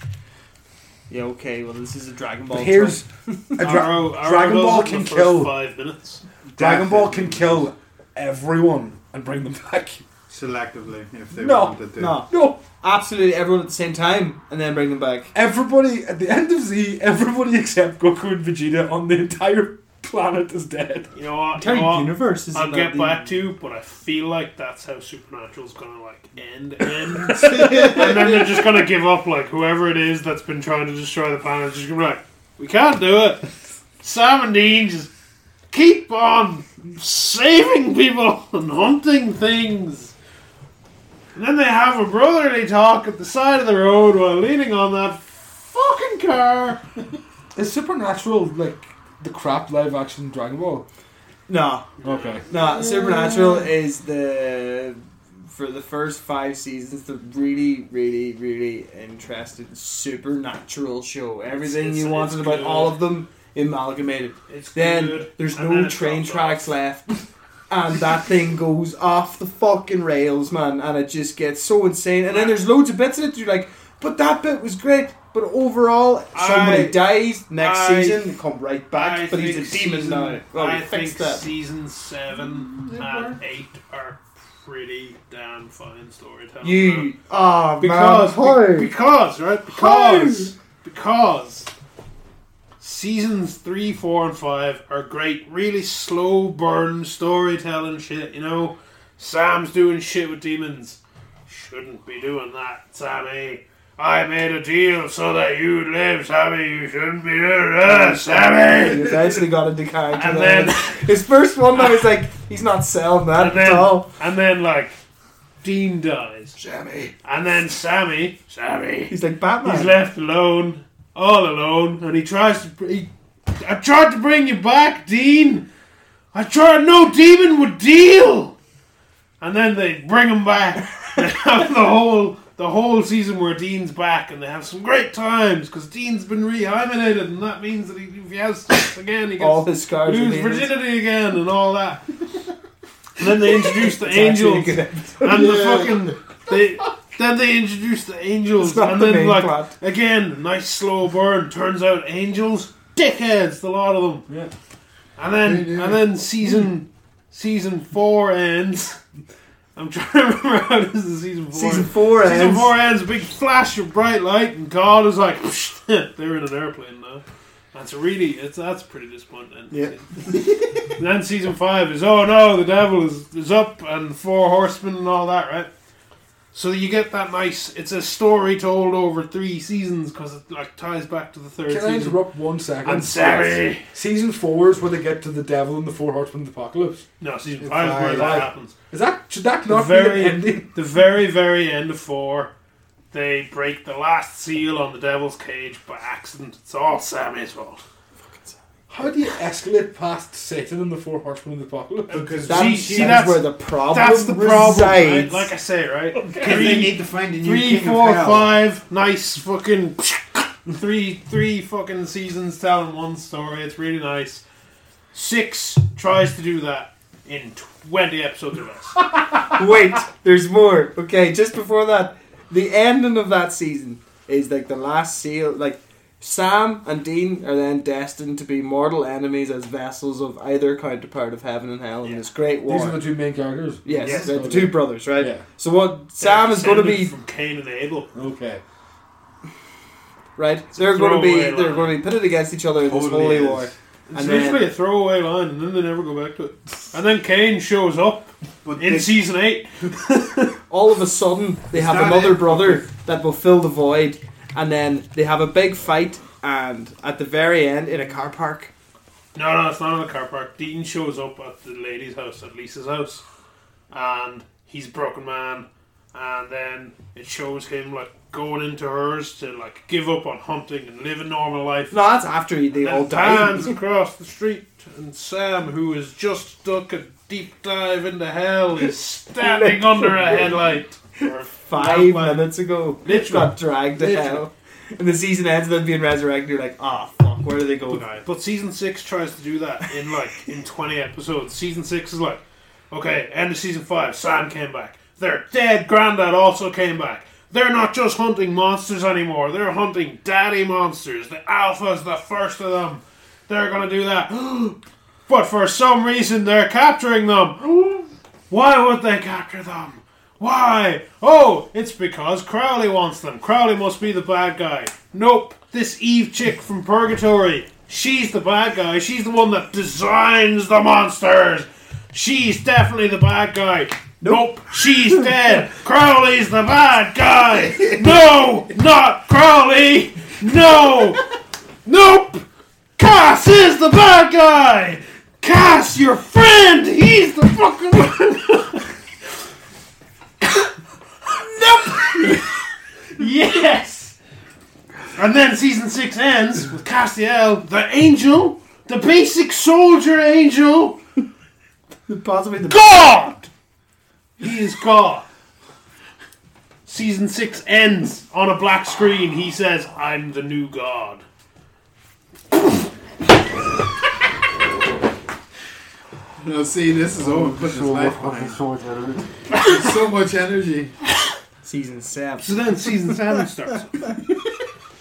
Yeah, okay, well, this is a Dragon Ball. But here's a dra- Arrow, Arrow Dragon does Ball it in can the first kill. five minutes. Dragon Ball can definitely kill everyone and bring them back. selectively if they No, wanted to. No, No, absolutely everyone at the same time, and then bring them back. everybody at the end of Z, everybody except Goku and Vegeta on the entire planet is dead. You know what? You Entire know what? universe is I'll about get the- back to you, but I feel like that's how Supernatural's gonna like end, end, and then they're just gonna give up. Like whoever it is that's been trying to destroy the planet, is just gonna be like, we can't do it. Sam and Dean just keep on saving people and hunting things. And then they have a brotherly talk at the side of the road while leaning on that fucking car. Is Supernatural like the crap live action Dragon Ball? No, Okay. no, Supernatural is the for the first five seasons the really, really, really interesting supernatural show. Everything it's- you wanted it's about good. all of them amalgamated. It's Then good. there's And no then it train drops off. tracks left. And that thing goes off the fucking rails, man, and it just gets so insane. And then there's loads of bits in it that you're like, but that bit was great. But overall, somebody I- dies next I- season, they come right back. I but he's a think demon season- now. Well, we I fixed think that. season seven and eight are pretty damn fine storytelling. You, ah, because man, be- because right because because seasons three, four, and five are great, really slow burn storytelling shit. You know, Sam's doing shit with demons. Shouldn't be doing that, Sammy. I made a deal so that you'd live, Sammy. You shouldn't be doing that, he Sammy. eventually got into character. And there. then- his first one though is like he's not selling that And then, at all. and then like Dean dies, Jamie, and then Sammy, Sammy, he's like Batman. he's left alone, all alone, and he tries to. He, I tried to bring you back, Dean. I tried. No demon would deal. And then they bring him back. They have the whole the whole season where Dean's back, and they have some great times because Dean's been rehymenated, and that means that he, if he has sex again, he gets all his scars. lose are demons. virginity again and all that. and then they introduce the It's actually a angels good and episode. the fucking they. Then they introduce the angels It's not and the then main like plot. again, nice slow burn. Turns out angels, dickheads, the lot of them. Yeah. And then and then season season four ends. I'm trying to remember how this is season four. Season four Season ends. four ends, big flash of bright light, and God is like, they're in an airplane now. That's really, it's that's pretty disappointing. Yeah. then season five is, oh no, the devil is, is up, and four horsemen and all that, right? So you get that nice, it's a story told over three seasons because it like ties back to the third Can I season. interrupt one second? I'm sorry. Season four is where they get to the devil and the four horsemen of the apocalypse. No, season five is where Five. that happens. Is that should that not Very- be an ending? The very, very end of four, they break the last seal on the devil's cage by accident. It's all Sammy's fault. How do you escalate past Satan and the four horsemen of the apocalypse? Because That see, sounds see, that's, where the problem that's the problem. Right? resides. Like I say, right? Because they need to find a new Three, king four, of hell. five, nice fucking three, three fucking seasons telling one story. It's really nice. Six tries to do that in twenty episodes or less. Wait, there's more. Okay, just before that, the ending of that season is like the last seal. Like Sam and Dean are then destined to be mortal enemies as vessels of either counterpart of heaven and hell in Yeah. this great war. These are the two main characters. yes, Yes. Oh, they're the two brothers, right? Yeah. So what Sam is going to be from Cain and Abel. Okay. right? It's a They're going to be throwaway they're line. going to be pitted against each other in this Totally holy is. war. It's And literally then- a throwaway line, and then they never go back to it. And then Kane shows up But in they- season eight. all of a sudden they Is have that another it? brother that will fill the void and then they have a big fight and at the very end in a car park No, no, it's not in the car park. Dean shows up at the lady's house, at Lisa's house, and he's a broken man. And then it shows him like going into hers to like give up on hunting and live a normal life. no that's after they all and die pans across the street, and Sam, who is just stuck a deep dive into hell, is standing under a headlight. Or five lamplight. minutes ago Literally. got dragged to Literally. hell and the season ends with them being resurrected you're like ah fuck where do they go now But season six tries to do that in like in twenty episodes. Season six is like, okay, end of season five, Sam came back. Their dead granddad also came back. They're not just hunting monsters anymore. They're hunting daddy monsters. The alpha's the first of them. They're gonna do that. but for some reason they're capturing them. Why would they capture them? Why? Oh, it's because Crowley wants them. Crowley must be the bad guy. Nope, this Eve chick from Purgatory. She's the bad guy. She's the one that designs the monsters. She's definitely the bad guy. Nope, she's dead. Crowley's the bad guy. No, not Crowley. No. Nope. Cass is the bad guy. Cass, your friend. He's the fucking one. Yes! And then season six ends with Castiel, the angel, the basic soldier angel, possibly the God! He is God. Season six ends on a black screen. He says, I'm the new God. No, see, this is Owen putting his life behind. There's so much energy. season 7 So then season seven starts.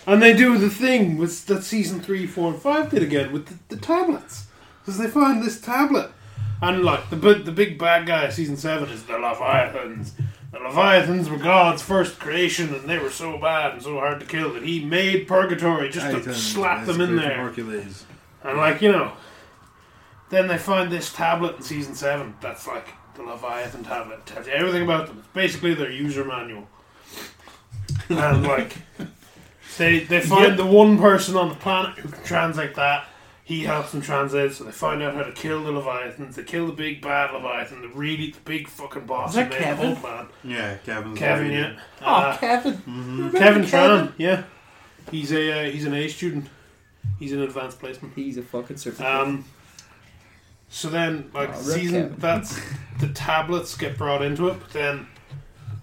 and they do the thing with, that season three, four, and five did again with the, the tablets. Because they find this tablet. And like the big, the big bad guy of season seven is the Leviathans. The Leviathans were God's first creation, and they were so bad and so hard to kill that he made purgatory just to slap them in there. Hercules. And like you know, then they find this tablet in season seven. That's like the Leviathan tablet. It tells you everything about them. It's basically their user manual. And like, they they find the one person on the planet who can translate that. He helps them translate, so they find out how to kill the Leviathans. They kill the big bad Leviathan, the really the big fucking boss. Is that who made the Kevin? whole plan. Yeah, Kevin's Kevin, already- yeah. Uh, oh Kevin Remember Kevin Tran, yeah. He's a uh, he's an A student. He's an advanced placement. he's a fucking super Um, so then, like Oh, Rick season, Kevin. that's the tablets get brought into it. But then,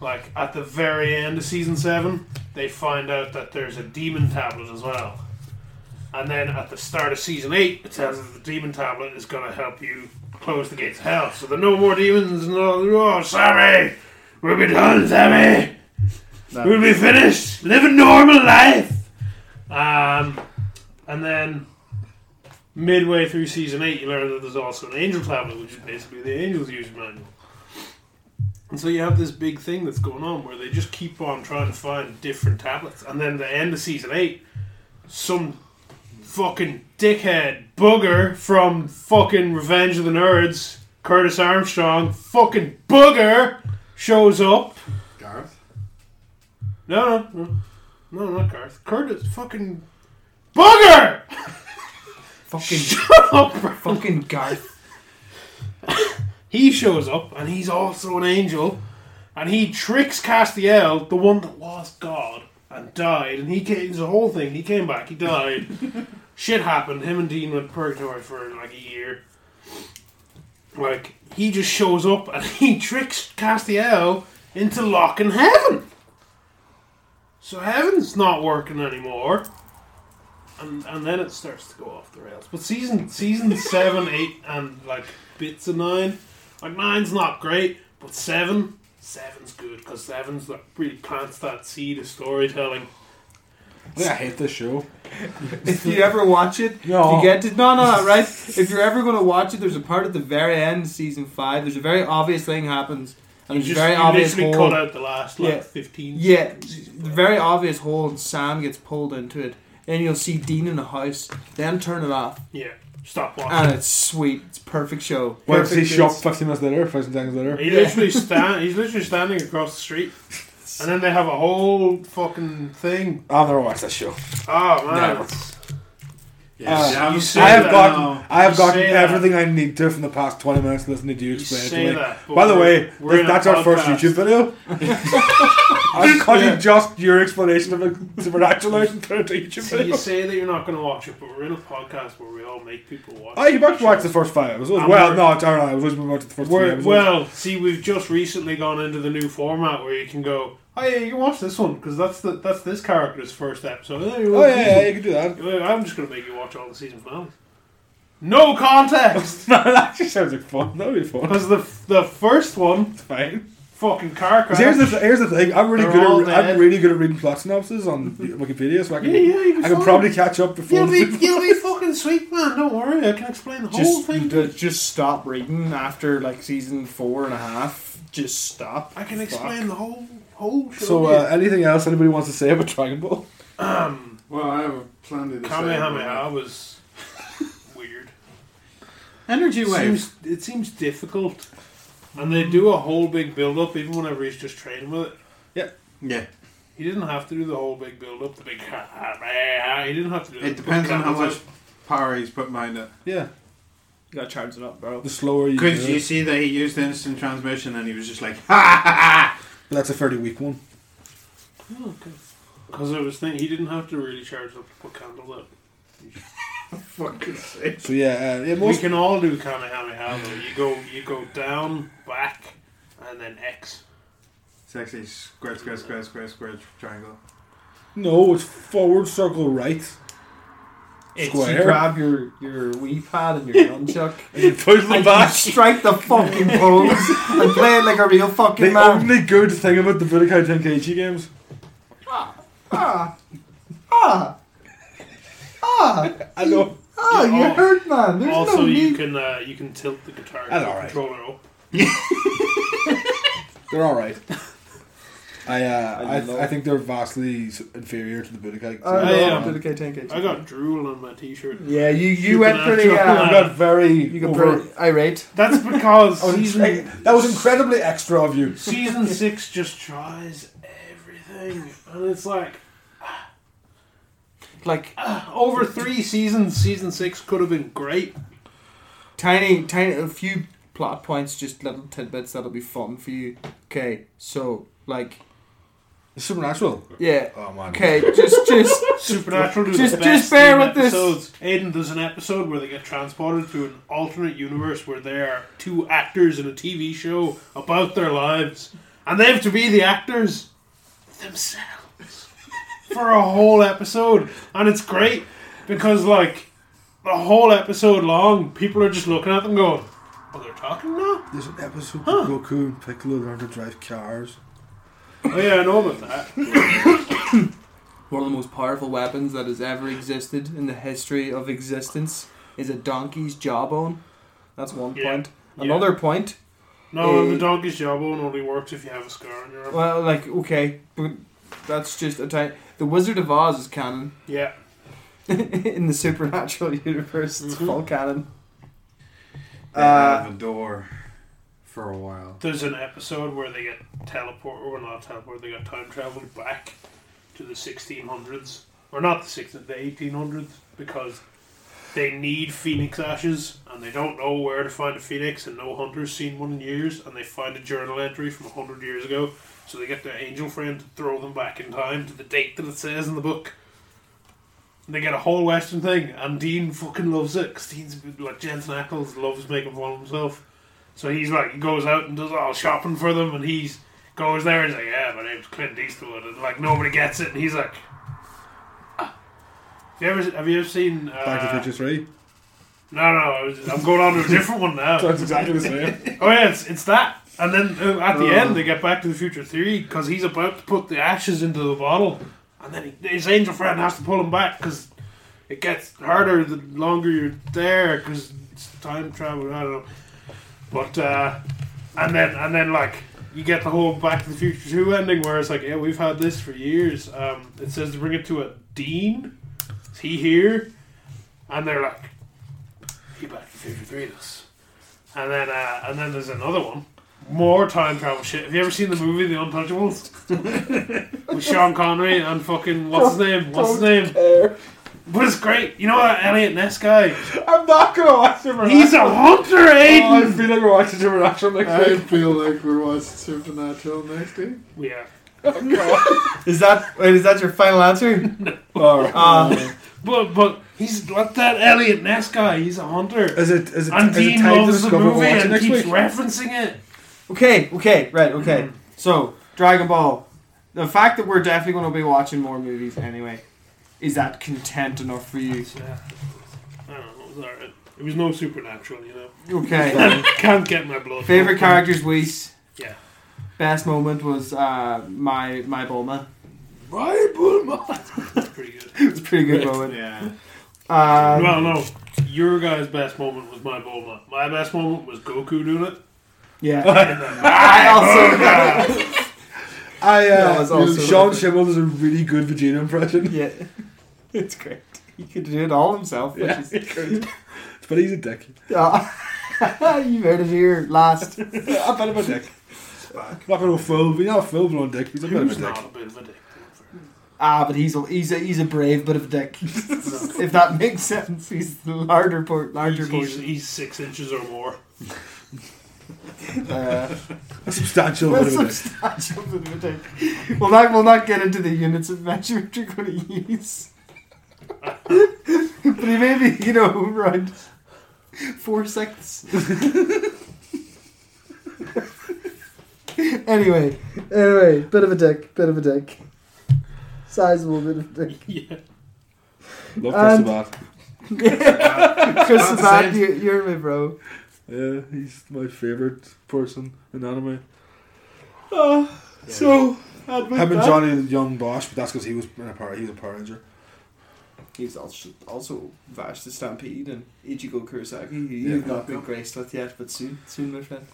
like at the very end of season seven, they find out that there's a demon tablet as well. And then at the start of season eight, it says that the demon tablet is going to help you close the gates of hell. So there are no more demons. No, oh, Sammy, we'll be done, Sammy. That- We'll be finished. Live a normal life. Um, and then midway through season eight, you learn that there's also an angel tablet, which is basically the angel's user manual. And so you have this big thing that's going on where they just keep on trying to find different tablets, and then the end of season eight, some fucking dickhead booger from fucking Revenge of the Nerds, Curtis Armstrong, fucking booger, shows up. Garth? No, no, no, no, not Garth. Curtis, fucking booger. fucking Shut up, bro. fucking Garth He shows up and he's also an angel, and he tricks Castiel, the one that was God and died, and he came. It's a whole thing. He came back. He died. Shit happened. Him and Dean went purgatory for like a year. Like he just shows up and he tricks Castiel into locking heaven. So heaven's not working anymore. And, and then it starts to go off the rails. But season season seven, eight, and like bits of nine, like nine's not great, but seven, seven's good because seven's like really plants that seed of storytelling. I think I hate this show. If you ever watch it, No. If you get to no, no, no, right? If you're ever going to watch it, there's a part at the very end, season five. There's a very obvious thing happens, and You there's a just very you obvious literally hole. cut out the last like Yeah. fifteen. Yeah, seasons. the very obvious hole, and Sam gets pulled into it. Then you'll see Dean in the house. Then turn it off, yeah. Stop watching. and it's sweet. It's a perfect show. Why is he Perfect shot is- 15 minutes later, 15 seconds later? he literally stand. He's literally standing across the street, and then they have a whole fucking thing. I'll never watch that show. Oh man, Never. it's- Uh, you haven't you say seen I have it that gotten, now. I have You gotten say that. everything I need to from the past 20 minutes listening to you you explain say it. to me. that. but By the we're- way, we're th- in a that's our first podcast. YouTube video. I'm cutting Yeah. just your explanation of a supernatural out and put it to a YouTube So video. you say that you're not going to watch it, but we're in a podcast where we all make people watch. I you TV might watch the shows. first five episodes. And Well, we're- no, it's alright. I was always watching the first three We're, episodes. well, see, we've just recently gone into the new format where you can go, oh yeah, you can watch this one because that's the that's this character's first episode. oh yeah, yeah, you can do that. I'm just going to make you watch all the season finales. No context, no, that actually sounds like fun. That'd be fun. because the the first one, It's fine. fucking car crash. 'Cause here's the th- here's the thing. I'm really They're all good. At, I'm dead. really good at reading plot synopses on Wikipedia, so I yeah, can yeah, you I can fine. probably catch up before. You'll be, the you'll be fucking sweet, man. Don't worry, I can explain the whole Just, thing. d- just stop reading after like season four and a half. Just stop. I can explain the whole whole show. So, uh, anything else anybody wants to say about Dragon Ball? um, Well, I have plenty to say. about Kamehameha it. was weird. Energy waves. seems, it seems difficult. And they do a whole big build up, even whenever he's just training with it. Yeah. He didn't have to do the whole big build up, the big ha ha ha, ha. He didn't have to do It depends on how much power he's put behind it. Yeah, You gotta charge it up, bro. the slower you. Because do you it. see that he used instant transmission and he was just like, ha ha But that's a fairly weak one. Because I was thinking, he didn't have to really charge up to put candle up. ha. Fucking sick. So yeah, uh, yeah We most can all do Kamehameha, though. You go, you go down, back, and then X. It's actually square, square, square, square, square, triangle. no, it's forward, circle, right. It's Square. You grab your your Wii pad and your nunchuck and Push the you strike the fucking pose and play it like a real The fucking man. only good thing about the Budokai Tenkaichi games. Ah, ah, ah, I know. ah! You You al- hurt, man. There's oh. also, no you need. can uh, you can tilt the guitar That's and all right. controller up. They're all right. I uh, I I, love- I think they're vastly s- inferior to the Budokai. um, I I know, am. Budokai Tenkaichi. I got drool on my t-shirt. Yeah, you you You went can pretty. actually- I Uh, got very you you got over. pretty irate. That's because I was season ex- that was incredibly extra of you. season six just tries everything, and it's like Like ah, over three seasons, season six could have been great. tiny, tiny, a few plot points, just little tidbits that'll be fun for you. Okay, so like, It's supernatural. yeah. Oh man. Okay, just just Supernatural. do Just- the best just bear in with this. episodes. Aiden, there's an episode where they get transported to an alternate universe where there are two actors in a TV show about their lives, and they have to be the actors themselves for a whole episode, and it's great because like the whole episode long, people are just looking at them going, "Oh, they're talking now." There's an episode where Goku and Piccolo learn to drive cars. Oh yeah, I know about that. One of the most powerful weapons that has ever existed in the history of existence is a donkey's jawbone. That's one Yeah. point. Yeah. Another point. No, Eh. the donkey's jawbone only works if you have a scar on your arm. Well, like okay, but that's just a tiny. The Wizard of Oz is canon Yeah, in the supernatural universe. It's Mhm. full canon. Uh, They have a door for a while. there's an episode where they get teleport, or not teleport, they got time traveled back to the 1600s, or not the 1600s, the 1800s, because they need phoenix ashes and they don't know where to find a phoenix, and no hunter's seen one in years, and they find a journal entry from 100 years ago, so they get their angel friend to throw them back in time to the date that it says in the book. And They get a whole Western thing, and Dean fucking loves it because Dean's a bit like Jensen Ackles loves making fun of himself. So he's like, he goes out and does all shopping for them, and he's goes there and he's like, "Yeah, my name's Clint Eastwood," and like nobody gets it, and he's like, "Ah." "Have you ever have you ever seen?" Uh, Back to the Future 3. No, no, I was- I'm going on to a different one now. That's exactly the same. Oh yeah, it's, it's that. And then uh, at the end, they get Back to the Future Three because he's about to put the ashes into the bottle, and then he, his angel friend has to pull him back because it gets harder the longer you're there because it's time travel. I don't know, but uh, and then and then like you get the whole Back to the Future Two ending where it's like, yeah, we've had this for years. Um, it says to bring it to a dean. Is he here? And they're like, he Back to the Future Three us. And then uh, and then there's another one. More time travel shit. Have you ever seen the movie The Untouchables? With Sean Connery and fucking what's his name? What's his name? But it's great. You know that Elliot Ness guy? I'm not gonna watch Supernatural. He's a hunter, eh? Oh, I Aiden! feel like we're watching Supernatural next I week. feel like we're watching Supernatural next week. Yeah. Is that wait, is that your final answer? All right. Uh, But but he's like that Elliot Ness guy. He's a hunter. Is it is it, And is it Dean time to loves the discover we're movie watching and next keeps week? referencing it. okay, okay, right, okay. So Dragon Ball. The fact that we're definitely going to be watching more movies anyway, is that content enough for you? Yeah. I don't know. It was alright. It was no supernatural, you know. Okay. Can't get my blood. Favorite characters, Whis. Yeah. Best moment was uh, my my Bulma. Right, Bulma. That's pretty good. It was a pretty good moment. Yeah. Um, well, no. Your guy's best moment was my Bulma. My best moment was Goku doing it. yeah. And then- I also I That uh, was also Sean really Schimmel does a really good Vegeta impression. yeah, it's great. He could do it all himself, which Yeah, is but he's a dick. Yeah. you heard it here last. Yeah, a bit of a dick. Not gonna full, but he's not a full blown dick. He's a bit of a Who's dick. not a bit of a dick? Ah, but he's a he's a he's a brave bit of a dick. if that makes sense, he's the larger por- larger He's, he's, portion. he's six inches or more. Uh, A substantial bit that's of a dick. substantial bit of a dick. We'll not we'll not get into the units of measurement you're going to use, but he may be you know around four seconds. anyway, anyway, bit of a dick, bit of a dick, sizable bit of a dick. Yeah. Love And- Chris Sabat. Chris Not the Sabat, same. you, you're my bro. Yeah, he's my favorite person in anime. Uh, So, Him and Johnny the Young Bosch, but that's because he was in a power. He was a Power Ranger. He's also, also Vash the Stampede and Ichigo Kurosaki, who Yeah. you've not been graced with yet, but soon, soon, my friend.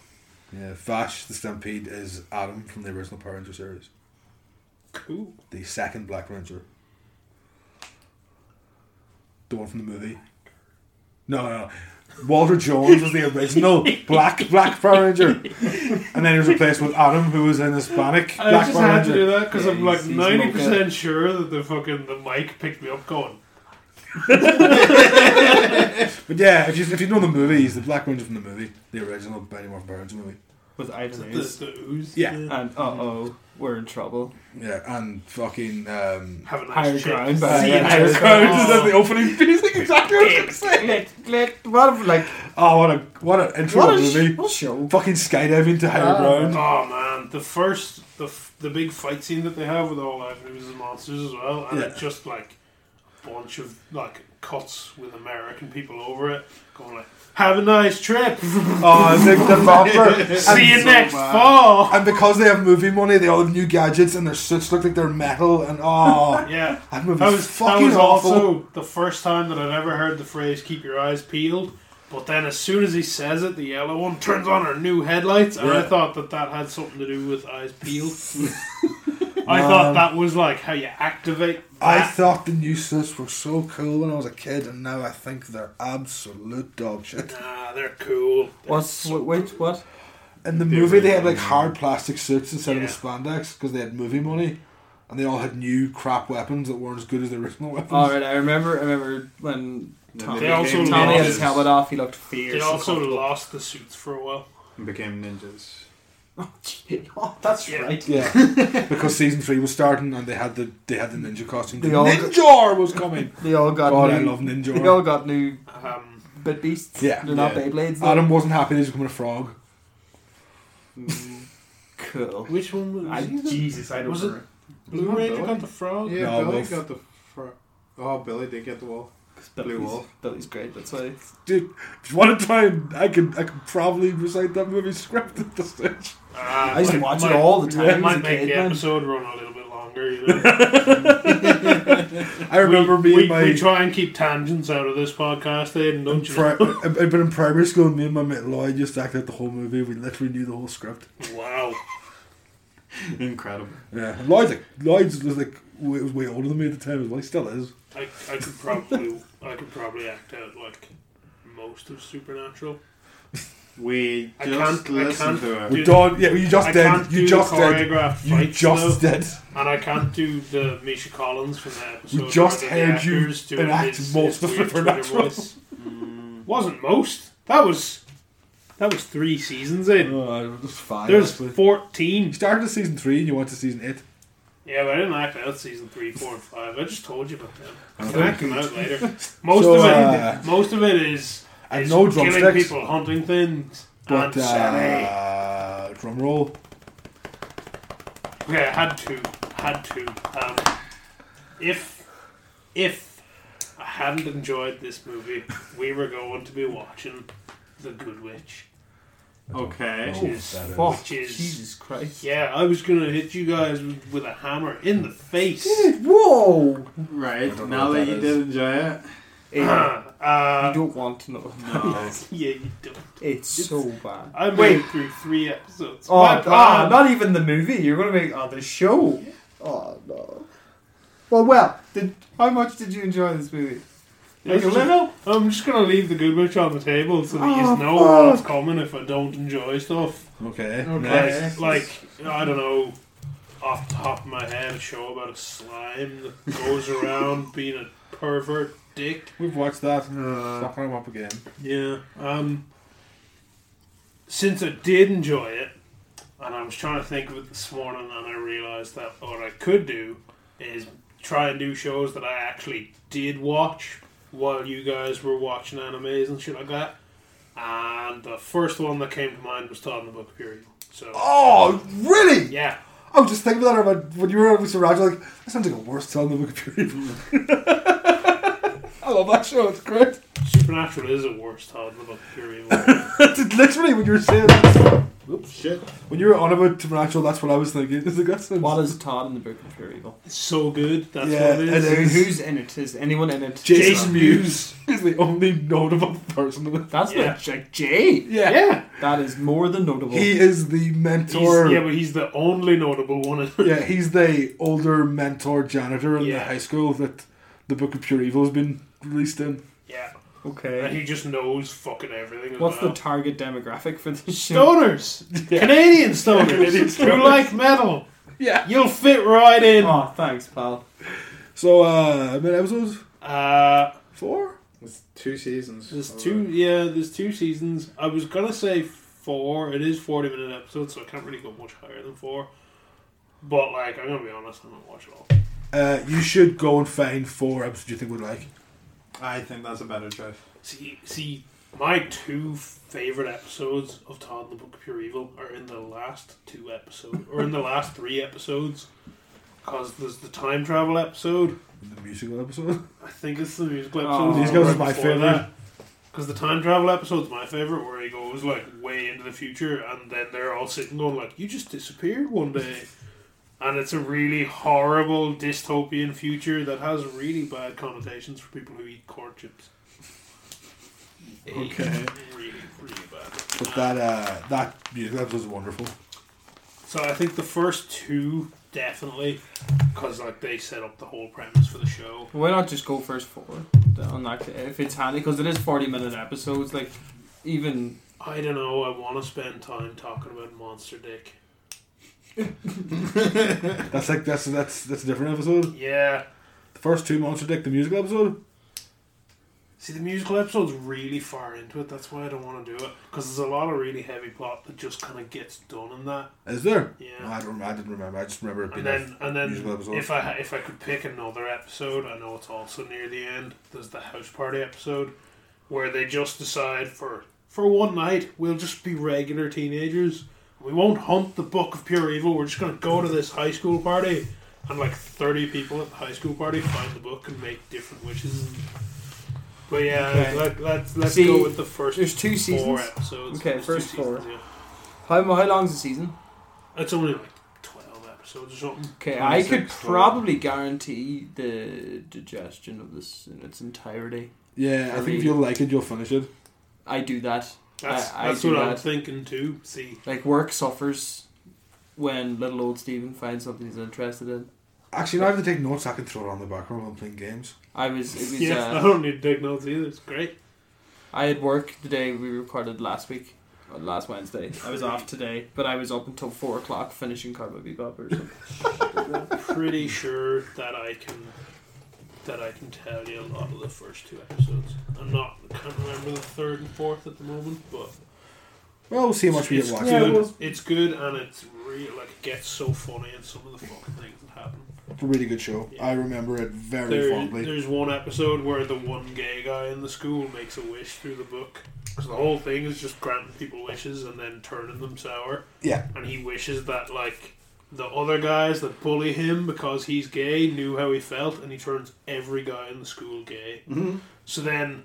Yeah, Vash the Stampede is Adam from the original Power Ranger series, Cool. the second Black Ranger, the one from the movie. No, no, no. Walter Jones was the original Black Black Power Ranger, and then he was replaced with Adam, who was an Hispanic I Black just Power had to do Ranger. that because Yeah, I'm like he's- he's ninety percent sure that the fucking the mic picked me up going. But yeah, if you if you know the movie, he's the Black Ranger from the movie, the original Benny Morphin Power Ranger movie. With The, Ivan Ace. the ooze. Yeah. And uh oh, we're in trouble. Yeah, and fucking um, Have a nice Higher shit. ground, See but- you yeah, later. higher ground. Oh. is that the opening piece? Like, exactly what I was gonna say. Let, let, what, if, like, Oh, what a what an intro what a, movie! sh- what a show. Fucking skydiving to higher Ah. ground. Oh man, the first the f- the big fight scene that they have with all avenues and monsters as well, and Yeah. it's just like a bunch of like cuts with American people over it, going like, "Have a nice trip, Oh, and the, the bumper. see you so next bad. fall." And because they have movie money, they all have new gadgets, and their suits look like they're metal. And oh, Yeah, that movie's that was fucking that was awful. also the first time that I'd ever heard the phrase "keep your eyes peeled." But then, as soon as he says it, the yellow one turns on her new headlights, and I Yeah. thought that that had something to do with eyes peeled. I thought Um, that was like how you activate. I that. thought the new suits were so cool when I was a kid, and now I think they're absolute dog shit. Nah, they're cool. What's, what, wait, what? In the They movie, they really had like are. hard plastic suits instead Yeah. of the spandex because they had movie money, and they all had new crap weapons that weren't as good as the original weapons. Alright, I remember, I remember when Tommy, They also became Tommy had his ninjas. helmet off, he looked fierce. Oh, They and also comfortable. lost the suits for a while. Became ninjas. Oh, gee, oh, that's Yeah. right. Yeah, because season three was starting and they had the they had the ninja costume. They The all- ninja was coming. They all got God, new, I love They ninja. all got new Um, bit beasts. Yeah. They're not Yeah. Beyblades. though. Adam wasn't happy that he was becoming a frog. Hmm. Cool. Which one was, I, Jesus, I don't Was it- remember. Blue Ranger got the frog? Oh, Yeah, No, Billy Wolf. got the. Fr- oh, Billy did get the wolf. Billy Billy's- Wolf. Billy's great, that's why. Dude, if you want to try and I can I can probably recite that movie script at this stage. Ah, I used to might- watch it might- all the time Might as a make kid, the man. episode run a little bit longer. You know? I remember we, me we, and my. we try and keep tangents out of this podcast, Aidan, don't you? pri- but in primary school, me and my mate Lloyd just acted out the whole movie. We literally knew the whole script. wow. Incredible. Yeah, and Lloyd, like, Lloyd's was like way, was way older than me at the time. Well, he still is. I, I could probably I could probably act out like most of Supernatural. We I just can't- I listen can't to it. We don't. Yeah, you just I did. can't You do just the did. choreographed You fights, just though, did. and I can't do the Misha Collins from the episode. We just where the heard you actors doing enact his- most his of weird Supernatural. Twitter voice. Mm, Wasn't most. That was that was three seasons in. Oh, that's fine. There's actually. fourteen. You started at season three and you went to season eight. Yeah, but I didn't act out season three, four, and five. I just told you about them. I Okay. can act them out later. Most So, of it, uh, most of it is, I is know killing drumsticks. people, hunting things, But and Sammy. uh, drum roll. Okay, I had to, had to. Um, if, if I hadn't enjoyed this movie, we were going to be watching The Good Witch, Okay. which is, Oh, that is- Fuck. which is. Jesus Christ. Yeah, I was gonna hit you guys with, with a hammer in the face. Whoa! Right. I don't know Now what that that you is. did enjoy it. you uh, don't want to know. No. yeah, you don't. It's so bad. I made Wait. it through three episodes. Oh, My ah, bad. not even the movie. You're gonna make oh the show. Oh no. Well, well. Did, how much did you enjoy this movie? Like a little? I'm just gonna leave the good witch on the table so that Oh, you know what's fuck. coming if I don't enjoy stuff. Okay. Okay. Next. Like, like I don't know, off the top of my head, a show about a slime that goes around being a pervert dick. We've watched that. It's not going up again. Yeah. Um. Since I did enjoy it, and I was trying to think of it this morning, and I realized that what I could do is try and do shows that I actually did watch while you guys were watching animes and shit like that. And the first one that came to mind was Todd and the Book of Fury. So Oh, really? yeah, I was just thinking that about when you were with Siraj. Like that sounds like a worse time than Wikipedia. I love that show. It's great. Supernatural is a worse Todd and the Book of Fury. It's literally when you were saying that. Shit. When you were on about Supernatural, that's what I was thinking. It's like, that sounds- What is Todd in the Book of Pure Evil? it's so good. That's Yeah, what it is. it is. Who's in it? Is anyone in it? Jason, Jason Mewes is the only notable person in it. That's Yeah. not Jack J. Yeah. Yeah, That is more than notable. He is the He's- mentor. yeah, but he's the only notable one. in- Yeah, he's the older mentor janitor in the Yeah. high school that the Book of Pure Evil has been released in. yeah, and okay. he just knows fucking everything. As What's well. the target demographic for this show? Stoners, Canadian stoners, Canadian stoners. who like metal. Yeah. You'll fit right in. Uh, Oh, thanks, pal. So, uh, I mean, episodes Uh, four? It's two seasons. Oh. there's two. Yeah, there's two seasons. I was gonna say four. It is forty minute episodes, so I can't really go much higher than four. But like, I'm gonna be honest, I don't watch it all. Uh, you should go and find four episodes you think would like. I think that's a better choice. See, see, my two favorite episodes of Todd and the Book of Pure Evil are in the last two episodes, or in the last three episodes, because there's the time travel episode. The musical episode. I think it's the musical Oh. episode. Musical is my favourite. Because the time travel episode's my favorite, where he goes like way into the future, and then they're all sitting going like, "You just disappeared one day," and it's a really horrible dystopian future that has really bad connotations for people who eat corn chips. Okay. Really, really bad. But that, uh, that musical episode's wonderful. So I think the first two definitely, because like they set up the whole premise for the show. Why not just go first four on that? If it's handy, because it is forty-minute episodes. Like, even I don't know. I want to spend time talking about Monster Dick. That's like, that's, that's, that's a different episode. Yeah. The first two Monster Dick, the musical episode. See, the musical episode's really far into it. That's why I don't want to do it. Because there's a lot of really heavy plot that just kind of gets done in that. Is there? No, Yeah. I, don't, I didn't remember. I just remember it being And then, and musical then, episode. if I if I could pick another episode, I know it's also near the end. There's the house party episode, where they just decide for for one night we'll just be regular teenagers. We won't hunt the book of pure evil. We're just gonna go to this high school party, and like thirty people at the high school party find the book and make different wishes. And... But yeah, Okay. let, let's let's See, go with the first there's two four seasons. episodes. Okay, There's two first four. seasons, How how long's the season? yeah. It's only like twelve episodes. episodes or something. Okay, I could 26 probably guarantee the digestion of this in its entirety. Yeah, I think if you like it, you'll finish it. I do that. That's, I- I that's do what I'm that. thinking too. See, Like work suffers when little old Stephen finds something he's interested in. Actually, now I have to take notes. I can throw it on the background while I'm playing games. I was it was yeah, Oh. I uh, don't need to take notes either. It's great. I had work the day we recorded last week, or last Wednesday. I was off today, but I was up until four o'clock finishing Cowboy Bebop or something. Pretty sure that I can that I can tell you a lot of the first two episodes. I'm not I can't remember the third and fourth at the moment, but Well, we'll see how much we it's get watching. Yeah, it good. was- it's good and it's real. Like it gets so funny and some of the fucking things that happen. It's a really good show. Yeah. I remember it very There, fondly. there's one episode where the one gay guy in the school makes a wish through the book. 'Cause the whole thing is just granting people wishes and then turning them sour. Yeah. And he wishes that, like, the other guys that bully him because he's gay knew how he felt, and he turns every guy in the school gay. Mhm. So then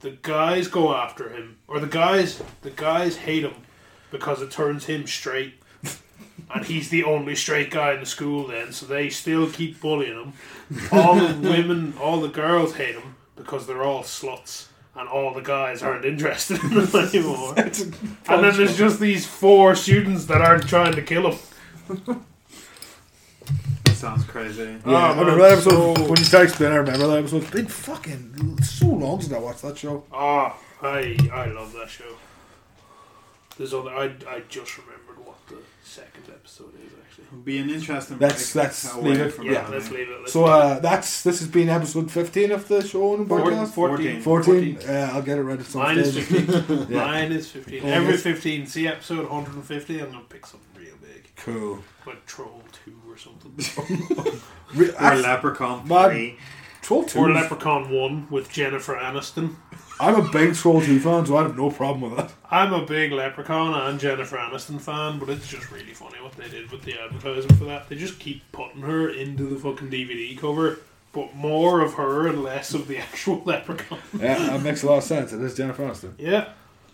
the guys go after him, or the guys the guys hate him because it turns him straight. And he's the only straight guy in the school then, so they still keep bullying him. All the women, all the girls hate him because they're all sluts, and all the guys aren't interested in him anymore. and then there's just these four students that aren't trying to kill him. That sounds crazy. Yeah, I man, remember that episode. so- When you started explaining, I remember that episode. It's been fucking so long since I watched that show. Ah, I I love that show. There's other. I, I just remembered what the second episode is actually. It'll be an interesting. That's- break that's- away leave it. from Yeah, that, let's eh? leave it. Let's So leave it. uh, that's this has been episode fifteen of the show and podcast. Fourteen. 14. Yeah, I'll get it right at some Mine is stage. 15. Yeah. Mine is 15. Yeah, Every yes. 15. See episode 150, I'm going to pick something real big. Cool. Like Troll 2 or something. Re- Or I, Leprechaun Man. 3. Troll two. or is- Leprechaun 1 with Jennifer Aniston. I'm a big Troll two fan, so I have no problem with that. I'm a big Leprechaun and Jennifer Aniston fan, but it's just really funny what they did with the advertisement for that. They just keep putting her into the fucking DVD cover, but more of her and less of the actual Leprechaun. Yeah, that makes a lot of sense. It is Jennifer Aniston. Yeah,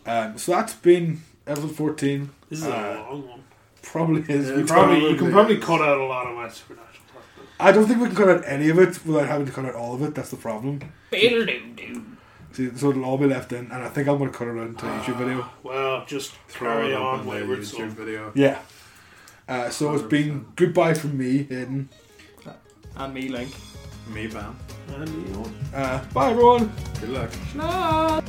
Um, so that's been episode fourteen. this is Uh, a long one. Probably is. Yeah, We Probably, you can probably- probably cut out a lot of my supernatural stuff. I don't think we can cut out any of it without having to cut out all of it. That's the problem. See, so it'll all be left in, and I think I'm going to cut it out into a YouTube video. Ah. Well, just Throw carry it up on, on the Wayward YouTube Son. video. Yeah. Uh, so it's been 100%. goodbye from me, Hayden. and me, Link. Me, Bam. And you know, Uh, bye, everyone. Good luck. No.